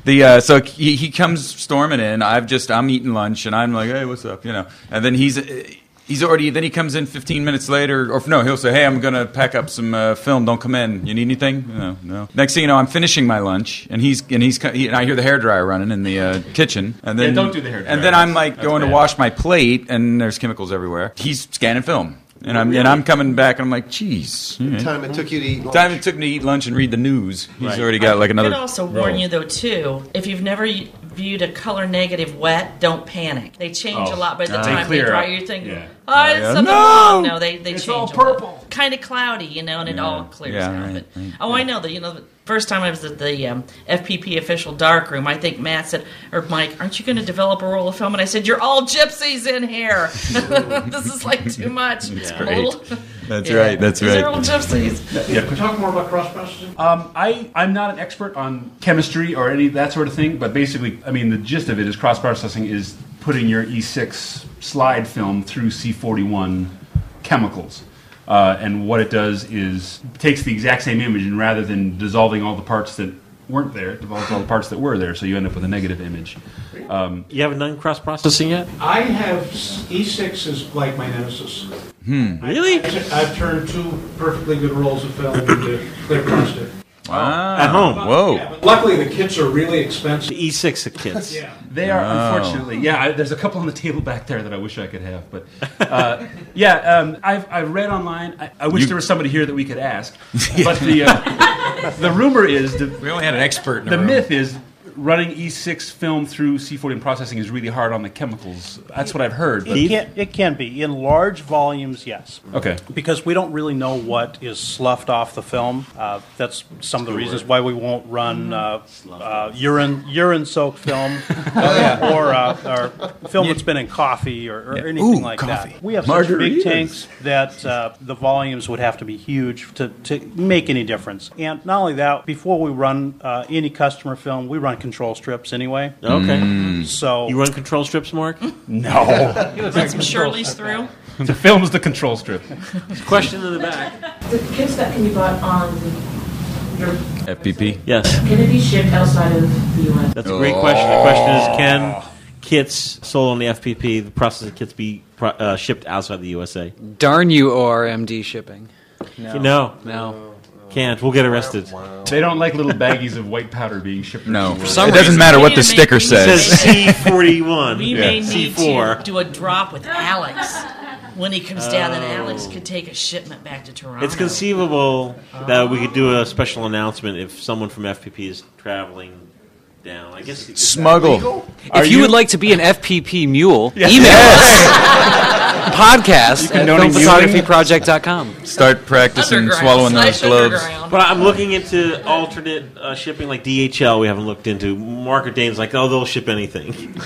Speaker 8: the uh, so he, he comes storming in. I've just I'm eating lunch and I'm like, hey, what's up? You know, and then he's. uh, He's already. Then he comes in 15 minutes later, or no, he'll say, "Hey, I'm gonna pack up some uh, film. Don't come in. You need anything? No, no." Next thing you know, I'm finishing my lunch, and he's and he's co- he, and I hear the hairdryer running in the uh, kitchen, and then
Speaker 4: Yeah, don't do the hairdryer.
Speaker 8: And then I'm like
Speaker 4: That's
Speaker 8: going to
Speaker 4: bad.
Speaker 8: wash my plate, and there's chemicals everywhere. He's scanning film, and I'm and I'm coming back, and I'm like, "Jeez." all right."
Speaker 14: Time it took you to eat lunch.
Speaker 8: Time it took me to eat lunch and read the news. He's already got like another.
Speaker 7: I could also warn
Speaker 8: roll.
Speaker 7: you though too. If you've never y- viewed a color negative wet, don't panic. They change
Speaker 8: Oh.
Speaker 7: a lot by the
Speaker 8: Ah. They
Speaker 7: time they
Speaker 8: clear
Speaker 7: dry.
Speaker 8: up.
Speaker 7: You think,
Speaker 8: Yeah.
Speaker 7: oh, it's
Speaker 8: Yeah.
Speaker 7: something
Speaker 8: No!
Speaker 7: wrong. No, they they change. all purple, kind of cloudy, you know, and it all clears
Speaker 8: Yeah,
Speaker 7: out.
Speaker 8: right,
Speaker 7: But-
Speaker 8: right.
Speaker 7: oh, I know that. You know, the first time I was at the um, FPP official dark room, I think Matt said or Mike, "Aren't you going to develop a roll of film?" And I said, "You're all gypsies in here. this is like too much."
Speaker 8: That's
Speaker 7: I'm a
Speaker 8: great.
Speaker 7: little-
Speaker 8: That's right, that's
Speaker 7: These are
Speaker 8: right.
Speaker 7: all gypsies.
Speaker 4: Yeah.
Speaker 13: Talk more about cross processing.
Speaker 4: Um, I, I'm not an expert on chemistry or any of that sort of thing, but basically, I mean, the gist of it is cross processing is putting your E6 slide film through C41 chemicals. Uh, and what it does is takes the exact same image, and rather than dissolving all the parts that weren't there, it dissolves all the parts that were there, so you end up with a negative image. Um,
Speaker 1: you haven't done cross processing yet?
Speaker 13: I have, E6 is like my nemesis.
Speaker 1: Hmm. Really?
Speaker 13: I've turned two perfectly good rolls of film into clear plastic.
Speaker 8: Wow.
Speaker 1: At home.
Speaker 8: Whoa.
Speaker 13: Yeah, but luckily the kits are really expensive.
Speaker 1: The E6 kits.
Speaker 13: yeah.
Speaker 4: They are,
Speaker 8: Wow.
Speaker 4: unfortunately, yeah. I, there's a couple on the table back there that I wish I could have, but uh, yeah, um, I've, I've read online. I, I wish
Speaker 8: You-
Speaker 4: there was somebody here that we could ask, but the uh, the rumor is the,
Speaker 8: we only had an expert. In the
Speaker 4: the
Speaker 8: room.
Speaker 4: myth is running E6 film through C14 processing is really hard on the chemicals. That's what I've heard. but-
Speaker 2: It can, it can be. In large volumes, yes.
Speaker 4: Okay.
Speaker 2: Because we don't really know what is sloughed off the film. Uh, that's some of the
Speaker 4: Good
Speaker 2: reasons
Speaker 4: word.
Speaker 2: why we won't run uh, uh, urine urine soaked film
Speaker 1: Oh,
Speaker 2: or, uh, or film that's been in coffee or, or
Speaker 13: Yeah.
Speaker 2: anything
Speaker 13: Ooh,
Speaker 2: like
Speaker 13: coffee.
Speaker 2: that. We have such
Speaker 13: Margaritas.
Speaker 2: big tanks that uh, the volumes would have to be huge to, to make any difference. And not only that, before we run uh, any customer film, we run control strips anyway.
Speaker 1: Okay. Mm.
Speaker 2: So
Speaker 1: You run control strips, Mark?
Speaker 4: No.
Speaker 7: You put some Shirley's through.
Speaker 4: the film is the control strip.
Speaker 1: Question in the back.
Speaker 20: The kits that can be bought on your,
Speaker 8: FPP.
Speaker 1: Yes.
Speaker 20: can it be shipped outside of the US?
Speaker 1: That's a great question. The question is, can kits sold on the FPP, the processing kits, be pro- uh, shipped outside the USA?
Speaker 11: Darn you, ORMD shipping.
Speaker 1: No.
Speaker 11: No.
Speaker 1: Can't. We'll get arrested.
Speaker 4: They don't like little baggies of white powder being shipped.
Speaker 8: No.
Speaker 4: around the
Speaker 8: For
Speaker 4: world.
Speaker 8: some It doesn't reason. matter what the sticker says.
Speaker 1: Says C41.
Speaker 7: We may need to
Speaker 1: C4.
Speaker 7: do a drop with Alex when he comes down, and Alex
Speaker 8: Oh.
Speaker 7: could take a shipment back to Toronto.
Speaker 1: It's conceivable that we could do a special announcement if someone from FPP is traveling down. I guess is that
Speaker 11: Smuggle.
Speaker 1: legal? Are
Speaker 11: If you, would like to be an FPP mule,
Speaker 1: Yeah.
Speaker 11: email us.
Speaker 1: You
Speaker 11: Podcast
Speaker 1: can
Speaker 11: at
Speaker 1: donate
Speaker 11: filmphotographyproject.com.
Speaker 8: Start practicing swallowing those gloves.
Speaker 1: But I'm looking into alternate uh, shipping, like DHL. We haven't looked into. Mark or Dane's like, oh, they'll ship anything.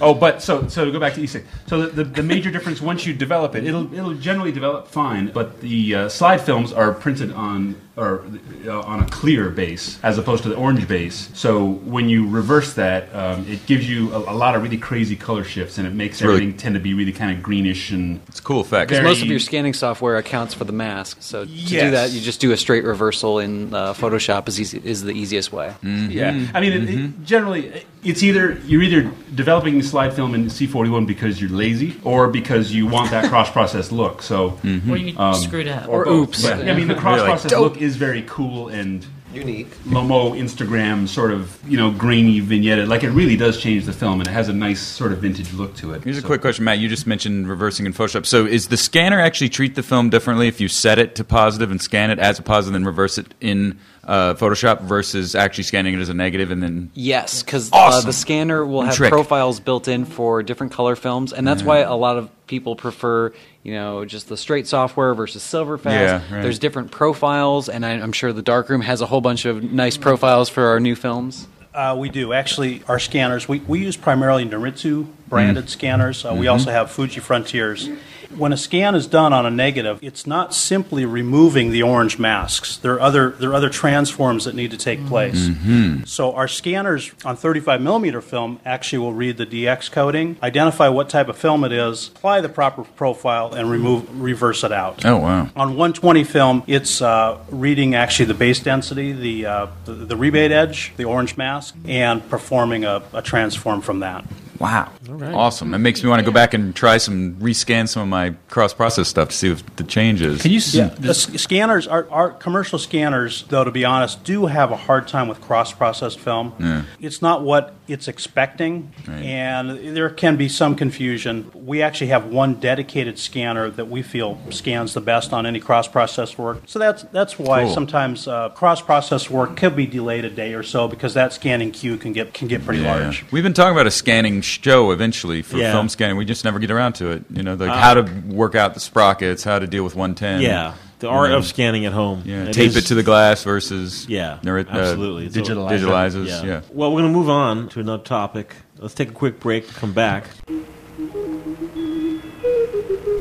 Speaker 4: Oh, but so so to go back to E6. So the, the, the major difference once you develop it, it'll it'll generally develop fine. But the uh, slide films are printed on or uh, on a clear base as opposed to the orange base. So when you reverse that, um, it gives you a, a lot of really crazy color shifts, and it makes
Speaker 8: It's really-
Speaker 4: everything tend to be really kind of greenish and
Speaker 8: it's a cool effect.
Speaker 11: Because most of your scanning software accounts for the mask, so to do
Speaker 4: Yes.
Speaker 11: that, you just do a straight reversal in uh, Photoshop is easy, is the easiest way.
Speaker 4: Mm-hmm. Yeah,
Speaker 8: Mm-hmm.
Speaker 4: I mean, it, it, generally, it's either you're either developing the slide film in C41 because you're lazy, or because you want that cross-process look. So,
Speaker 8: Mm-hmm.
Speaker 4: um,
Speaker 7: Or you screwed up. Or
Speaker 4: both.
Speaker 7: oops.
Speaker 4: But, I mean, the
Speaker 7: Yeah.
Speaker 4: cross-process
Speaker 7: Really.
Speaker 4: look is very cool and unique. Lomo Instagram sort of you know grainy vignetted, like it really does change the film, and it has a nice sort of vintage look to it.
Speaker 8: Here's a quick question, Matt. You just mentioned reversing in Photoshop. So, is the scanner actually treat the film differently if you set it to positive and scan it as a positive and reverse it in uh, Photoshop versus actually scanning it as a negative and then?
Speaker 11: Yes, because uh,
Speaker 8: Awesome.
Speaker 11: the scanner will
Speaker 8: Good
Speaker 11: have
Speaker 8: trick.
Speaker 11: profiles built in for different color films, and that's
Speaker 8: Yeah.
Speaker 11: why a lot of people prefer, you know, just the straight software versus Silverfast.
Speaker 8: Yeah, right.
Speaker 11: There's different profiles, and I, I'm sure the darkroom has a whole bunch of nice profiles for our new films.
Speaker 2: Uh, we do. Actually, our scanners, we, we use primarily Noritsu branded scanners. Uh, We
Speaker 11: Mhm.
Speaker 2: also have Fuji Frontiers. When a scan is done on a negative, it's not simply removing the orange masks. There are other, there are other transforms that need to take place.
Speaker 8: Mm-hmm.
Speaker 15: Mhm.
Speaker 2: So our scanners on 35 millimeter film actually will read the DX coding, identify what type of film it is, apply the proper profile, and remove reverse it out.
Speaker 8: Oh, wow.
Speaker 2: On 120 film, it's uh, reading actually the base density, the, uh, the the rebate edge, the orange mask, and performing a, a transform from that.
Speaker 8: Wow.
Speaker 2: right.
Speaker 8: Awesome. That makes me want to go back and try some rescan some of my cross process stuff to see if the change is. Can you
Speaker 2: Yeah. The s- scanners, our, our commercial scanners, though, to be honest, do have a hard time with cross-processed film.
Speaker 8: Yeah.
Speaker 2: It's not what it's expecting,
Speaker 8: Right.
Speaker 2: and there can be some confusion. We actually have one dedicated scanner that we feel scans the best on any cross-processed work. So that's that's why
Speaker 13: Cool.
Speaker 2: sometimes uh, cross-processed work could be delayed a day or so because that scanning queue can get can get pretty
Speaker 8: Yeah.
Speaker 2: large.
Speaker 8: We've been talking about a scanning show eventually for
Speaker 2: Yeah.
Speaker 8: film scanning. We just never get around to it. You know, like
Speaker 1: Uh,
Speaker 8: how to work out the sprockets, how to deal with 110.
Speaker 1: Yeah. The
Speaker 8: You
Speaker 1: art
Speaker 8: know.
Speaker 1: of scanning at home.
Speaker 8: um, Yeah,
Speaker 1: It
Speaker 8: tape
Speaker 1: is-
Speaker 8: it to the glass versus
Speaker 1: Yeah,
Speaker 8: narr- uh,
Speaker 1: absolutely. It's all-
Speaker 8: digitalizes. yeah.
Speaker 1: Well, we're going to move on to another topic. Let's take a quick break. Come back.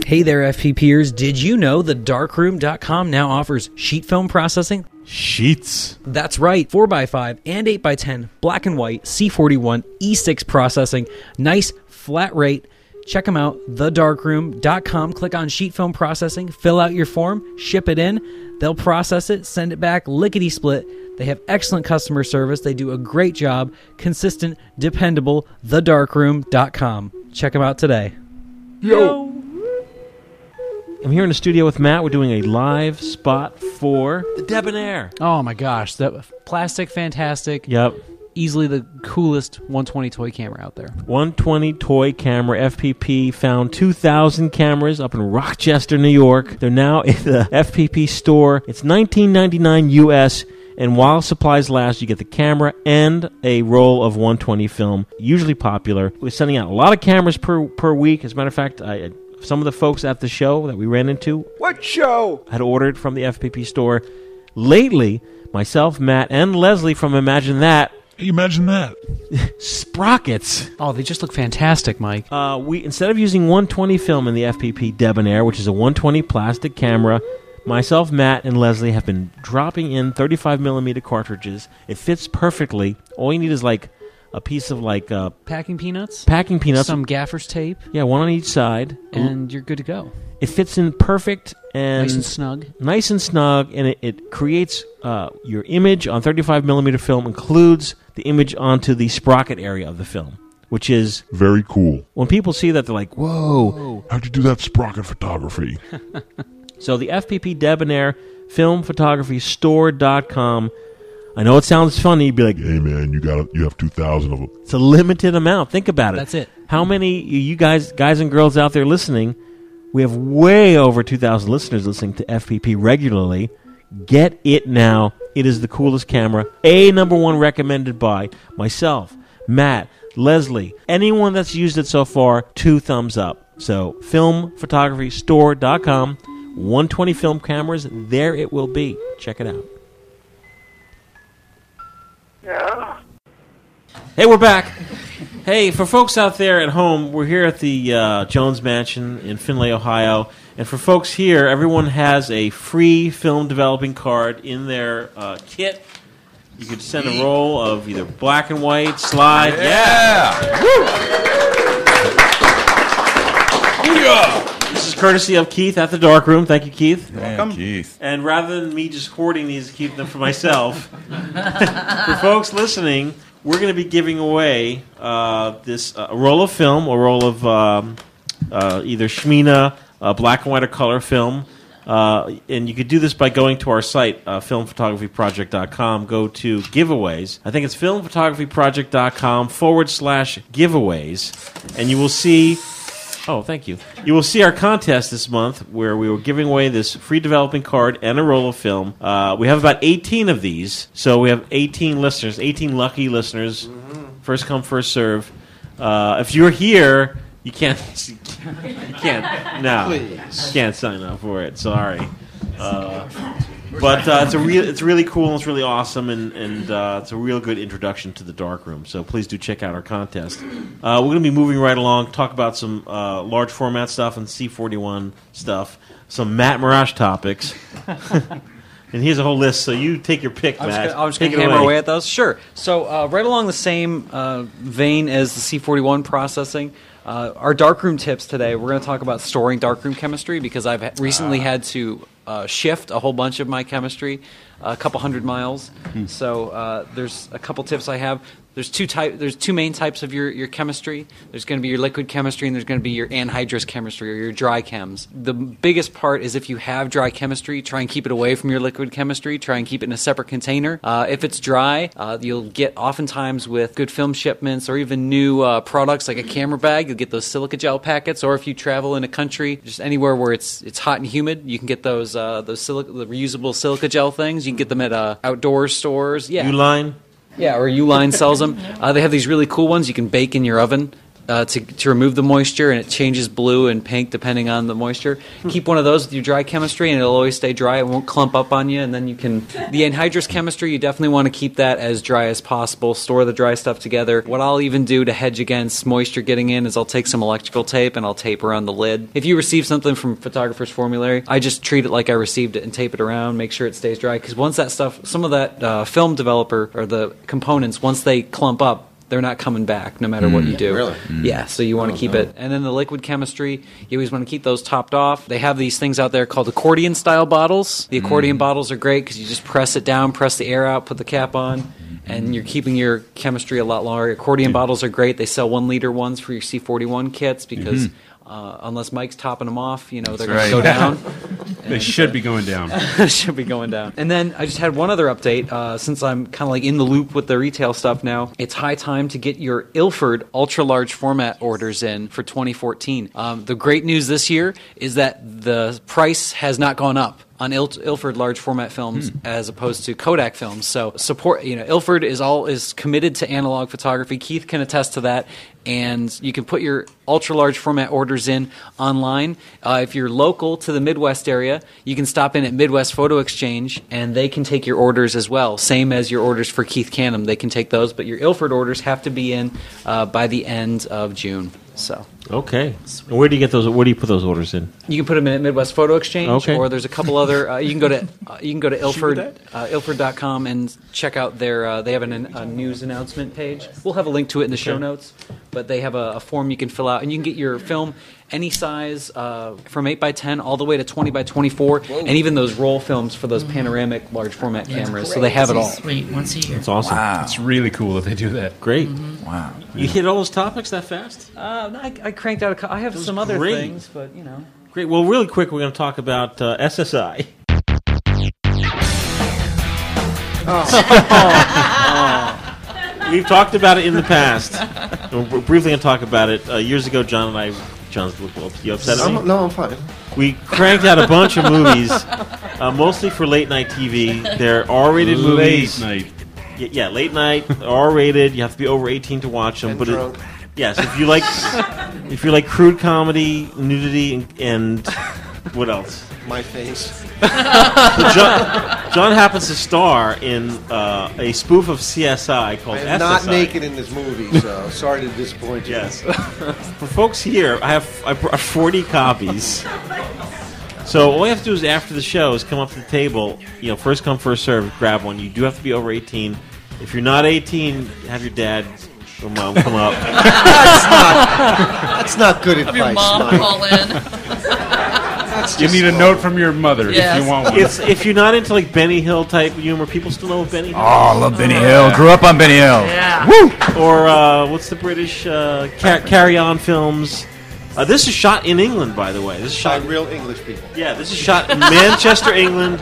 Speaker 21: Hey there, FPPers. Did you know that darkroom.com now offers sheet film processing? Sheets. That's right. 4x5 and 8x10, black and white, C41, E6 processing. Nice flat rate. Check them out, thedarkroom.com. Click on sheet film processing, fill out your form, ship it in. They'll process it, send it back, lickety split. They have excellent customer service. They do a great job, consistent, dependable, thedarkroom.com. Check them out today.
Speaker 1: Yo. I'm here in the studio with Matt. We're doing a live spot for the Debonair.
Speaker 21: Oh my gosh, that plastic fantastic.
Speaker 1: Yep.
Speaker 21: Easily the coolest 120 toy camera out there.
Speaker 1: 120 toy camera FPP found 2,000 cameras up in Rochester, New York. They're now in the FPP store. It's 19.99 US. And while supplies last, you get the camera and a roll of 120 film, usually popular. We're sending out a lot of cameras per, per week. As a matter of fact, I, I- some of the folks at the show that we ran into
Speaker 12: What show?
Speaker 1: had ordered from the FPP store. Lately, myself, Matt, and Leslie from Imagine That. Imagine that. Sprockets.
Speaker 21: Oh, they just look fantastic, Mike.
Speaker 1: Uh, we instead of using 120 film in the FPP Debonair, which is a 120 plastic camera, myself, Matt, and Leslie have been dropping in 35 millimeter cartridges. It fits perfectly. All you need is like a piece of like uh,
Speaker 21: Packing peanuts?
Speaker 1: packing peanuts.
Speaker 21: Some gaffer's tape,
Speaker 1: yeah, one on each side,
Speaker 21: and you're good to go.
Speaker 1: it fits in perfect and
Speaker 21: Nice and snug.
Speaker 1: nice and snug, and it, it creates uh, your image on 35 millimeter film includes the image onto the sprocket area of the film, which is
Speaker 5: Very cool.
Speaker 1: When people see that, they're like, "Whoa!"
Speaker 5: How'd you do that sprocket photography?
Speaker 1: So the FPP Debonair filmphotographystore.com. I know it sounds funny. You'd be like,
Speaker 5: "Hey man, you got you have two thousand of them."
Speaker 1: It's a limited amount. Think about it.
Speaker 21: That's it.
Speaker 1: How many you guys, guys and girls out there listening? We have way over two thousand listeners listening to FPP regularly. Get it now. It is the coolest camera. A number one recommended by myself, Matt, Leslie, anyone that's used it so far. Two thumbs up. So filmphotographystore.com. 120 film cameras. There it will be. Check it out. Hey, we're back. Hey, for folks out there at home, we're here at the uh, Jones Mansion in Findlay, Ohio. And for folks here, everyone has a free film developing card in their uh, kit. You could send a roll of either black and white, slide. Yeah! This is courtesy of Keith at the Dark Room. Thank you, Keith.
Speaker 8: welcome. Keith.
Speaker 1: Um, And rather than me just hoarding these and keeping them for myself, uh, for folks listening, we're going to be giving away uh, this uh, a roll of film, a roll of um, uh, either Shmina, uh, black and white or color film. Uh, and you could do this by going to our site, uh, filmphotographyproject.com. Go to giveaways. I think it's filmphotographyproject.com forward slash giveaways. And you will see Oh, thank you. You will see our contest this month where we were giving away this free developing card and a roll of film. Uh, we have about 18 of these, so we have 18 listeners, 18 lucky listeners. First come, first serve. Uh, if you're here, you can't. You can't. No,
Speaker 15: Please.
Speaker 1: can't sign up for it. Sorry. Uh, but uh, it's a real, it's really cool. and It's really awesome, and and uh, it's a real good introduction to the dark room. So please do check out our contest. Uh, we're going to be moving right along. Talk about some uh, large format stuff and C forty one stuff. Some Matt Mirage topics. And here's a whole list, so you take your pick,
Speaker 11: I'm just
Speaker 1: Matt.
Speaker 11: gonna- I'm just
Speaker 1: Take
Speaker 11: going
Speaker 1: it
Speaker 11: to hammer
Speaker 1: away.
Speaker 11: away. at those. Sure. So uh, right along the same uh, vein as the C41 processing, uh, our darkroom tips today. We're going to talk about storing darkroom chemistry because I've ha-
Speaker 1: Ah.
Speaker 11: recently had to uh, shift a whole bunch of my chemistry, a couple hundred miles.
Speaker 1: Hmm.
Speaker 11: So uh, there's a couple tips I have. There's two type. There's two main types of your, your chemistry. There's going to be your liquid chemistry, and there's going to be your anhydrous chemistry or your dry chems. The biggest part is if you have dry chemistry, try and keep it away from your liquid chemistry. Try and keep it in a separate container. Uh, if it's dry, uh, you'll get oftentimes with good film shipments or even new uh, products like a camera bag, you'll get those silica gel packets. Or if you travel in a country, just anywhere where it's it's hot and humid, you can get those uh, those silica, the reusable silica gel things. You can get them at uh, outdoor stores. Yeah,
Speaker 1: Uline.
Speaker 11: yeah, or Uline sells them. Uh, they have these really cool ones you can bake in your oven uh, to, to remove the moisture, and it changes blue and pink depending on the moisture. Keep one of those with your dry chemistry, and it'll always stay dry. It won't clump up on you, and then you can. The anhydrous chemistry, you definitely want to keep that as dry as possible. Store the dry stuff together. What I'll even do to hedge against moisture getting in is I'll take some electrical tape and I'll tape around the lid. If you receive something from Photographer's Formulary, I just treat it like I received it and tape it around, make sure it stays dry. Because once that stuff, some of that uh, film developer or the components, once they clump up, they're not coming back no matter what
Speaker 8: Mm.
Speaker 11: you do.
Speaker 8: Really? Mm.
Speaker 11: Yeah, so you want
Speaker 8: Oh,
Speaker 11: to keep
Speaker 8: no.
Speaker 11: it. And then the liquid chemistry, you always want to keep those topped off. They have these things out there called accordion style bottles. The accordion bottles are great because you just press it down, press the air out, put the cap on, and you're keeping your chemistry a lot longer. Accordion bottles are great. They sell one liter ones for your C41 kits because.
Speaker 4: Mhm.
Speaker 11: Uh, unless Mike's topping them off, you know they're
Speaker 4: That's
Speaker 11: going to
Speaker 4: right.
Speaker 11: go down.
Speaker 4: They should be going down.
Speaker 11: should be going down. And then I just had one other update uh, since I'm kind of like in the loop with the retail stuff now. It's high time to get your Ilford ultra large format orders in for 2014. Um, the great news this year is that the price has not gone up. On Il- Ilford large format
Speaker 4: Hmm.
Speaker 11: films, as opposed to Kodak films, so support. You know, Ilford is all is committed to analog photography. Keith can attest to that, and you can put your ultra large format orders in online. Uh, if you're local to the Midwest area, you can stop in at Midwest Photo Exchange and they can take your orders as well. Same as your orders for Keith Canham, they can take those, but your Ilford orders have to be in uh, by the end of June. So
Speaker 1: Okay. And where do you get those? Where do you put those orders in?
Speaker 11: you can put them in at Midwest Photo Exchange,
Speaker 1: Okay.
Speaker 11: or there's a couple other. Uh, you can go to uh, you can go to
Speaker 21: Shoot
Speaker 11: Ilford
Speaker 21: that?
Speaker 11: uh, Ilford.com and check out their. Uh, they have an, a news announcement page. We'll have a link to it in the show
Speaker 21: Okay.
Speaker 11: notes, but they have a, a form you can fill out, and you can get your film any size uh, from eight by ten all the way to twenty by twenty four, and even those roll films for those panoramic large format
Speaker 7: That's
Speaker 11: cameras. So they have it all.
Speaker 7: Sweet, once a year. Mm-hmm.
Speaker 1: That's awesome.
Speaker 4: It's really cool that they do that.
Speaker 1: Great.
Speaker 4: Wow.
Speaker 1: You hit all those topics that fast?
Speaker 11: Uh, I, I cranked out. A, cou- I have
Speaker 1: That was
Speaker 11: some other
Speaker 1: great.
Speaker 11: things, but you know.
Speaker 1: Great. Well, really quick, we're going to talk about uh, SSI. We've talked about it in the past. And We're briefly going to talk about it. Uh, years ago, John and I, John's well, you upset at me.
Speaker 3: I'm- no, I'm fine.
Speaker 1: We cranked out a bunch of movies, uh, mostly for late night TV. They're R-rated
Speaker 4: Late
Speaker 1: movies.
Speaker 4: night.
Speaker 1: Y- yeah, late night, R-rated. You have to be over 18 to watch them.
Speaker 4: And
Speaker 1: but it-
Speaker 4: drunk.
Speaker 1: yes, if you like, if you like crude comedy, nudity, and, and what else?
Speaker 3: My face.
Speaker 1: So John, John happens to star in uh, a spoof of CSI called
Speaker 3: I am not
Speaker 1: SSI.
Speaker 3: naked in this movie, so sorry to disappoint you.
Speaker 1: Yes. For folks here, I have I brought 40 copies. So all you have to do is after the show is come up to the table, you know, first come first serve, grab one. You do have to be over 18. If you're not 18, have your dad or mom come up.
Speaker 3: That's not- that's not good Have your advice, mom Mike. call in.
Speaker 4: you need a note from your mother if you want one.
Speaker 1: It's- if you're not into like Benny Hill type humor, people still know what Benny Hill.
Speaker 8: Oh, I love Benny Hill. Grew up on Benny Hill.
Speaker 1: Yeah. Woo! Or uh, what's the British uh, car- Carry On films? Uh, this is shot in England, by the way. This is shot
Speaker 3: By real English people.
Speaker 1: Yeah, this is shot in Manchester, England.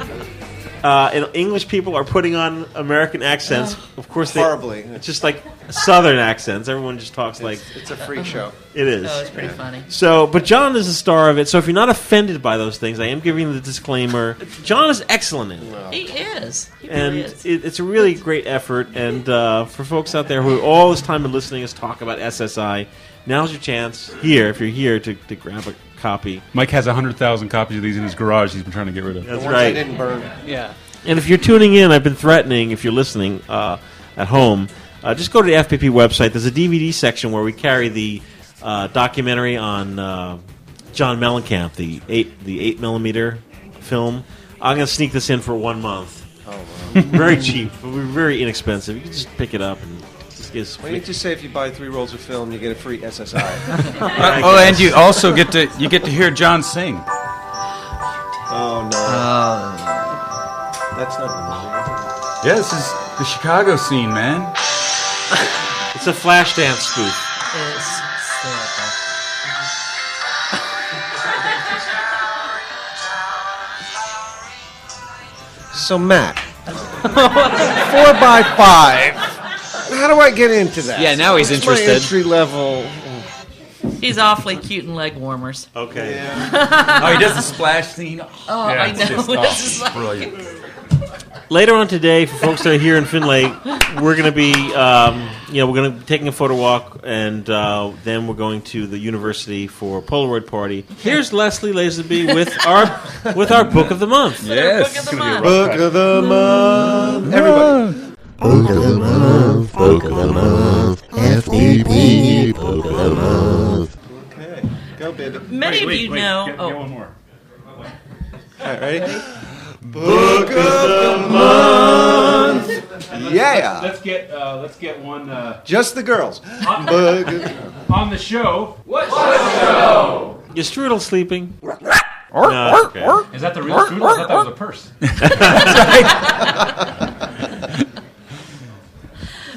Speaker 1: Uh, and English people are putting on uh, American accents.
Speaker 3: Oh.
Speaker 1: Of course, they,
Speaker 3: Horribly.
Speaker 1: It's just like Southern accents. Everyone just talks like
Speaker 3: It's a freak show.
Speaker 1: it is.
Speaker 3: Oh, it's pretty Yeah. funny.
Speaker 1: So, but John is the star of it. So, if you're not offended by those things, I am giving the disclaimer. John is excellent in it
Speaker 7: He is. He
Speaker 1: and
Speaker 7: really is.
Speaker 1: it, it's a really great effort. And uh, for folks out there who all this time been listening us talk about SSI, now's your chance here if you're here to, to grab a copy.
Speaker 4: Mike has 100,000 copies of these in his garage he's been trying to get rid of.
Speaker 1: That's right.
Speaker 3: didn't burn. Yeah.
Speaker 1: And if you're tuning in, I've been threatening if you're listening uh, at home, uh, just go to the FPP website. There's a DVD section where we carry the uh, documentary on uh, John Mellencamp, the eight the eight millimeter film. I'm going to sneak this in for one month. Oh, wow. very cheap, but we're very inexpensive. You can just pick it up and just get.
Speaker 3: Why didn't you say if you buy three rolls of film, you get a free SSI?
Speaker 8: Uh, oh, and you also get to you get to hear John sing.
Speaker 3: Oh no.
Speaker 8: Uh,
Speaker 3: That's not.
Speaker 8: Yeah, this is the Chicago scene, man.
Speaker 1: it's a Flashdance spoof.
Speaker 7: It's hysterical.
Speaker 3: So Matt, four by five. How do I get into that?
Speaker 8: Yeah, now he's
Speaker 3: What's my
Speaker 8: interested.
Speaker 3: entry level.
Speaker 7: He's awfully cute in leg warmers.
Speaker 1: Okay.
Speaker 8: oh, he does the splash scene.
Speaker 7: Oh,
Speaker 8: Yeah,
Speaker 7: I
Speaker 8: it's
Speaker 7: know.
Speaker 8: just-
Speaker 7: This
Speaker 8: oh,
Speaker 7: is like-
Speaker 8: brilliant.
Speaker 1: Later on today, for folks that are here in Finlay, we're going to be, um, you know, we're going to be taking a photo walk, and uh, then we're going to the university for a Polaroid party. Here's Leslie Laserby with our with our book of the month.
Speaker 8: Yes,
Speaker 1: book of
Speaker 8: the month.
Speaker 3: Book of the month. Everybody.
Speaker 15: Book of the month, book of the month, FDP book of the month.
Speaker 3: Go, bid.
Speaker 7: Many of you know. oh.
Speaker 3: All right, ready? Book of the month.
Speaker 4: Let's,
Speaker 3: Yeah.
Speaker 4: let's get uh, let's get one uh,
Speaker 3: Just the girls. Book of-
Speaker 4: on the show. What?
Speaker 1: Your strudel sleeping.
Speaker 4: No,
Speaker 1: it's okay.
Speaker 4: Is that the real strudel? I thought that was a purse.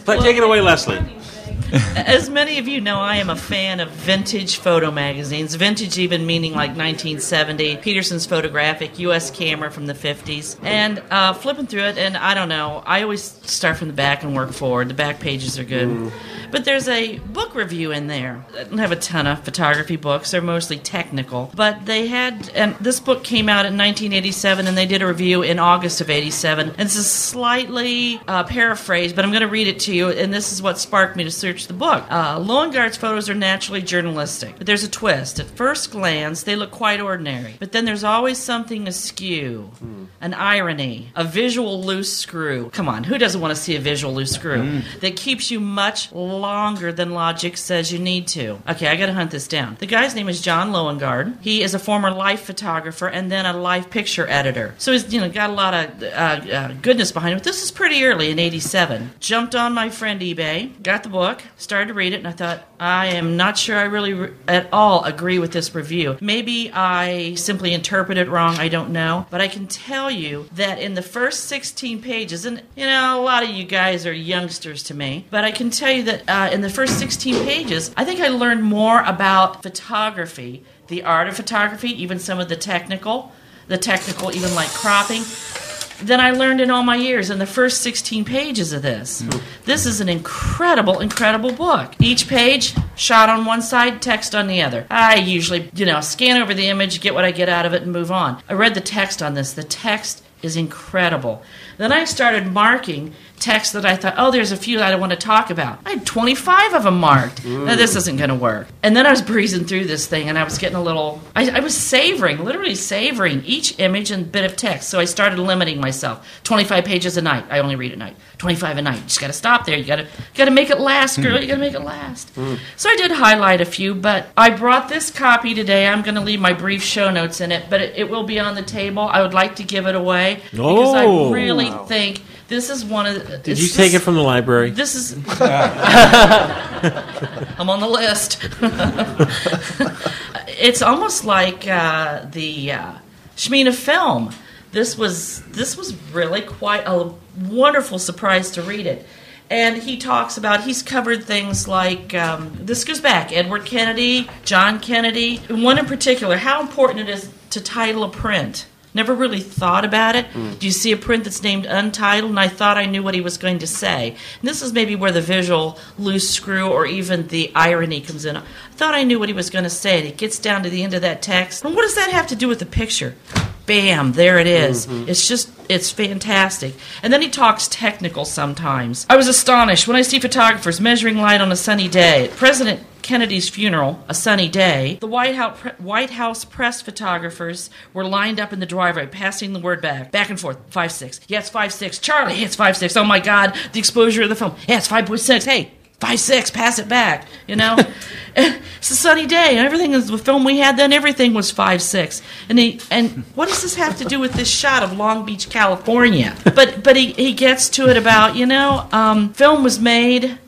Speaker 1: But take it away, Leslie.
Speaker 7: As many of you know, I am a fan of vintage photo magazines. Vintage, even meaning like 1970, Peterson's Photographic, U.S. Camera from the 50s. And uh, flipping through it, and I don't know, I always start from the back and work forward. The back pages are good.
Speaker 14: Mm.
Speaker 7: But there's a book review in there. I don't have a ton of photography books, they're mostly technical. But they had, and this book came out in 1987, and they did a review in August of 87. And this is slightly uh, paraphrased, but I'm going to read it to you, and this is what sparked me to search the book. Uh, Loengard's photos are naturally journalistic, but there's a twist. At first glance, they look quite ordinary, but then there's always something askew, an irony, a visual loose screw. Come on, who doesn't want to see a visual loose screw?
Speaker 20: Mm.
Speaker 7: that keeps you much longer than logic says you need to. Okay, I gotta hunt this down. The guy's name is John Lowengard. He is a former life photographer and then a life picture editor. So he's you know got a lot of uh, uh, goodness behind him. But This is pretty early in '87. Jumped on my friend eBay, got the book, started to read it, and I thought I am not sure I really re- at all agree with this review. Maybe I simply interpret it wrong. I don't know, but I can tell you that in the first 16 pages, and you know a lot of you guys are youngsters to me, but I can tell you that uh, in the first 16 pages, I think I learned more about photography, the art of photography, even some of the technical, the technical, even like cropping, than I learned in all my years in the first 16 pages of this. This is an incredible, incredible book. Each page, shot on one side, text on the other. I usually, you know, scan over the image, get what I get out of it, and move on. I read the text on this. The text is incredible. Then I started marking text that I thought, oh, there's a few that I want to talk about. I had 25 of them marked. Now, this isn't going to work. And then I was breezing through this thing and I was getting a little, I, I was savoring, literally savoring each image and bit of text. So I started limiting myself. 25 pages a night. I only read at night. 25 a night. You just got to stop there. You got to, got to make it last, girl. You got to make it last. So I did highlight a few, but I brought this copy today. I'm going to leave my brief show notes in it, but it, it will be on the table. I would like to give it away because
Speaker 1: Oh.
Speaker 7: I really
Speaker 1: Wow.
Speaker 7: think this is one of. The,
Speaker 1: Did you take it from the library?
Speaker 7: This is. I'm on the list. it's almost like uh, the uh, Shemina film. This was this was really quite a wonderful surprise to read it. And he talks about he's covered things like um, this goes back Edward Kennedy, John Kennedy, and one in particular. How important it is to title a print. Never really thought about it.
Speaker 22: Mm.
Speaker 7: Do you see a print that's named Untitled? And I thought I knew what he was going to say. And this is maybe where the visual loose screw or even the irony comes in. I thought I knew what he was going to say. And it gets down to the end of that text. And what does that have to do with the picture? Bam, there it is. It's just, it's fantastic. And then he talks technical sometimes. I was astonished when I see photographers measuring light on a sunny day. At President Kennedy's funeral, a sunny day, the White House, pre- White House press photographers were lined up in the driveway, passing the word back, back and forth. Five six, yes, five six. Charlie, it's five six. Oh my God, the exposure of the film. Yes, five point six. Hey, five six. Pass it back. You know, it's a sunny day, and everything is the film we had then. Everything was five six. And he and what does this have to do with this shot of Long Beach, California? But but he he gets to it about you know, um, film was made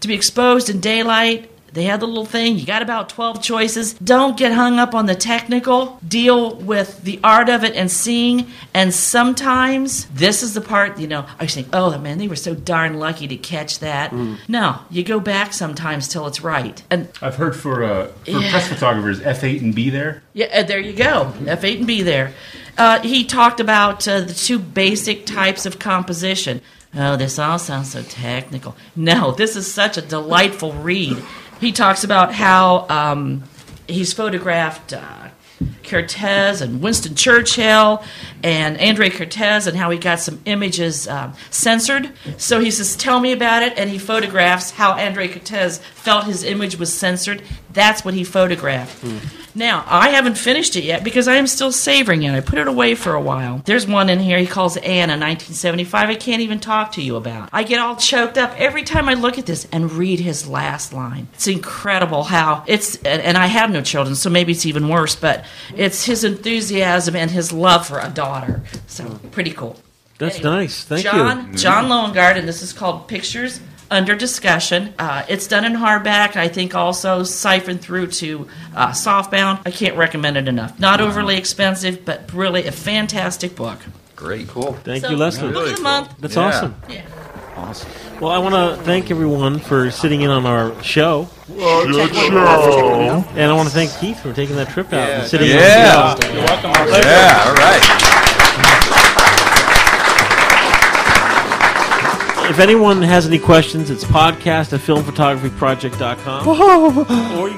Speaker 7: to be exposed in daylight. They had the little thing. You got about 12 choices. Don't get hung up on the technical. Deal with the art of it and seeing. And sometimes this is the part, you know, I think, oh man, they were so darn lucky to catch that.
Speaker 4: Mm.
Speaker 7: No, you go back sometimes till it's right. And
Speaker 4: I've heard for uh, for
Speaker 7: Yeah.
Speaker 4: press photographers, F8 and B there.
Speaker 7: yeah, uh, there you go. F8 and B there. Uh, he talked about uh, the two basic types of composition. Oh, this all sounds so technical. No, this is such a delightful read. He talks about how um, he's photographed uh, Cortez and Winston Churchill and Andre Cortez and how he got some images um, censored. So he says, Tell me about it. And he photographs how Andre Cortez felt his image was censored. That's what he photographed.
Speaker 3: Hmm.
Speaker 7: Now, I haven't finished it yet because I am still savoring it. I put it away for a while. There's one in here he calls Anna 1975 I can't even talk to you about. I get all choked up every time I look at this and read his last line. It's incredible how it's and, and I have no children, so maybe it's even worse, but it's his enthusiasm and his love for a daughter. So, pretty cool.
Speaker 1: That's nice. Thank
Speaker 7: John,
Speaker 1: you.
Speaker 7: John Lowengard, and this is called Pictures Under Discussion. Uh, it's done in hardback. I think also siphoned through to uh, softbound. I can't recommend it enough. Not overly expensive, but really a fantastic book.
Speaker 8: Great. Cool.
Speaker 1: Thank
Speaker 7: So,
Speaker 1: you, Leslie.
Speaker 7: book of the month.
Speaker 1: That's
Speaker 7: Yeah.
Speaker 1: awesome.
Speaker 7: Yeah.
Speaker 8: Awesome.
Speaker 1: Well, I want to thank everyone for sitting in on our show.
Speaker 15: Good show.
Speaker 1: And I want to thank Keith for taking that trip out and sitting
Speaker 15: Yeah.
Speaker 1: in on
Speaker 15: You're welcome.
Speaker 1: Our
Speaker 15: Pleasure.
Speaker 8: Yeah, all right.
Speaker 1: If anyone has any questions, it's podcast at filmphotographyproject.com. or you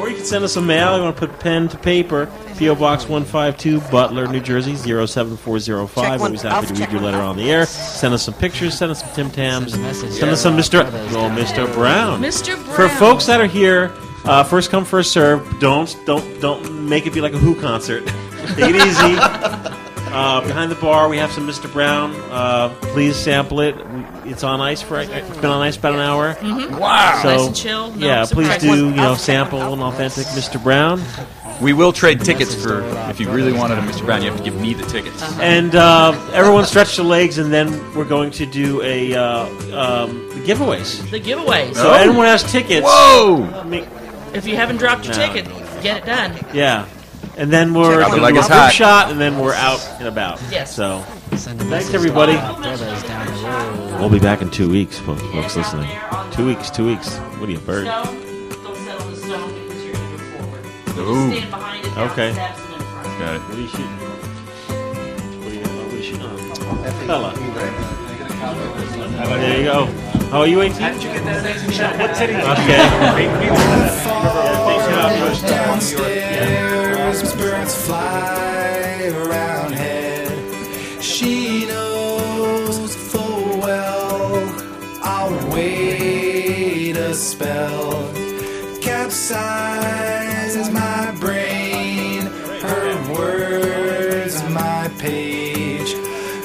Speaker 1: Or you can send us a mail. You want to put pen to paper. P.O. Box 152, Butler, New Jersey, 07405. Always happy to read your letter on the air. Send us some pictures. Send us some Tim Tams. Send us some Mr. Oh, Mr. Brown.
Speaker 7: Mr.
Speaker 1: For
Speaker 7: Brown.
Speaker 1: folks that are here, uh, first come, first serve. Don't don't don't make it be like a Who concert. Take it easy. Uh, behind the bar, we have some Mr. Brown. Uh, please sample it. It's on ice for it's been on ice about an hour.
Speaker 7: Mhm. Wow.
Speaker 1: So,
Speaker 7: Nice and chilled, no
Speaker 1: yeah, please
Speaker 7: surprises.
Speaker 1: do you know sample an authentic Mr. Brown.
Speaker 8: We will trade tickets for if you really wanted a Mr. Brown, you have to give me the tickets.
Speaker 1: And uh, everyone stretch their legs, and then we're going to do a uh, um, giveaways.
Speaker 7: The giveaways.
Speaker 1: So anyone has tickets.
Speaker 8: Whoa!
Speaker 7: If you haven't dropped your
Speaker 1: No.
Speaker 7: ticket, get it done.
Speaker 1: Yeah. And then we're
Speaker 8: Drop it
Speaker 1: gonna
Speaker 8: like
Speaker 1: do a
Speaker 8: it's
Speaker 1: group
Speaker 8: hot.
Speaker 1: shot, and then we're out and about.
Speaker 7: Yes.
Speaker 1: So thanks
Speaker 7: message
Speaker 1: everybody.
Speaker 7: to all Deborah's down the
Speaker 1: We'll be back in two weeks, folks, folks listening. Two weeks. Two weeks. What are you, a bird?
Speaker 7: Stone, don't settle the stone because you're going to go forward.
Speaker 1: Ooh.
Speaker 7: Stand behind it, down the
Speaker 1: Okay.
Speaker 7: steps, and in front.
Speaker 1: Got it. What are you shooting? Fella. There you go. Oh, are you 18? How did you get that? What city? Okay.
Speaker 22: Downstairs, birds fly around head. She knows full well I'll wait a spell. Capsizes my brain, her words my page,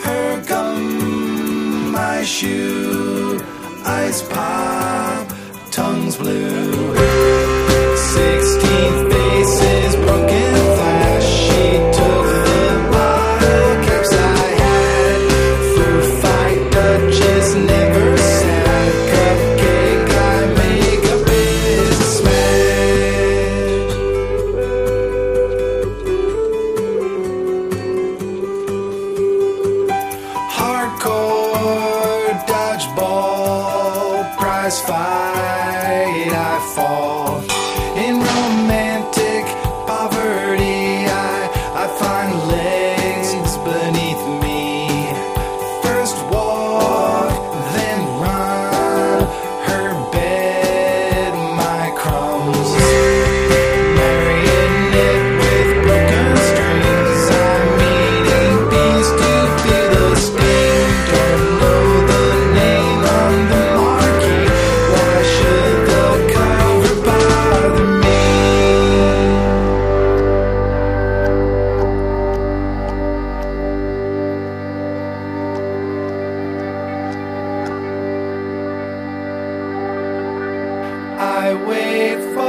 Speaker 22: her gum my shoe, ice pop, tongues blue. 16th bases, broken flash. She took the bottle caps I had. Through fight, Duchess never sad. Cupcake, I make a businessman. Hardcore dodgeball prize fight. I fall in romantic poverty. I I find legs beneath me. First walk, then run. Her bed, my crumbs. Marionette with broken strings. I'm eating bees to feel the sting. Don't know the name on the marquee. Why should the cover bother me? I wait for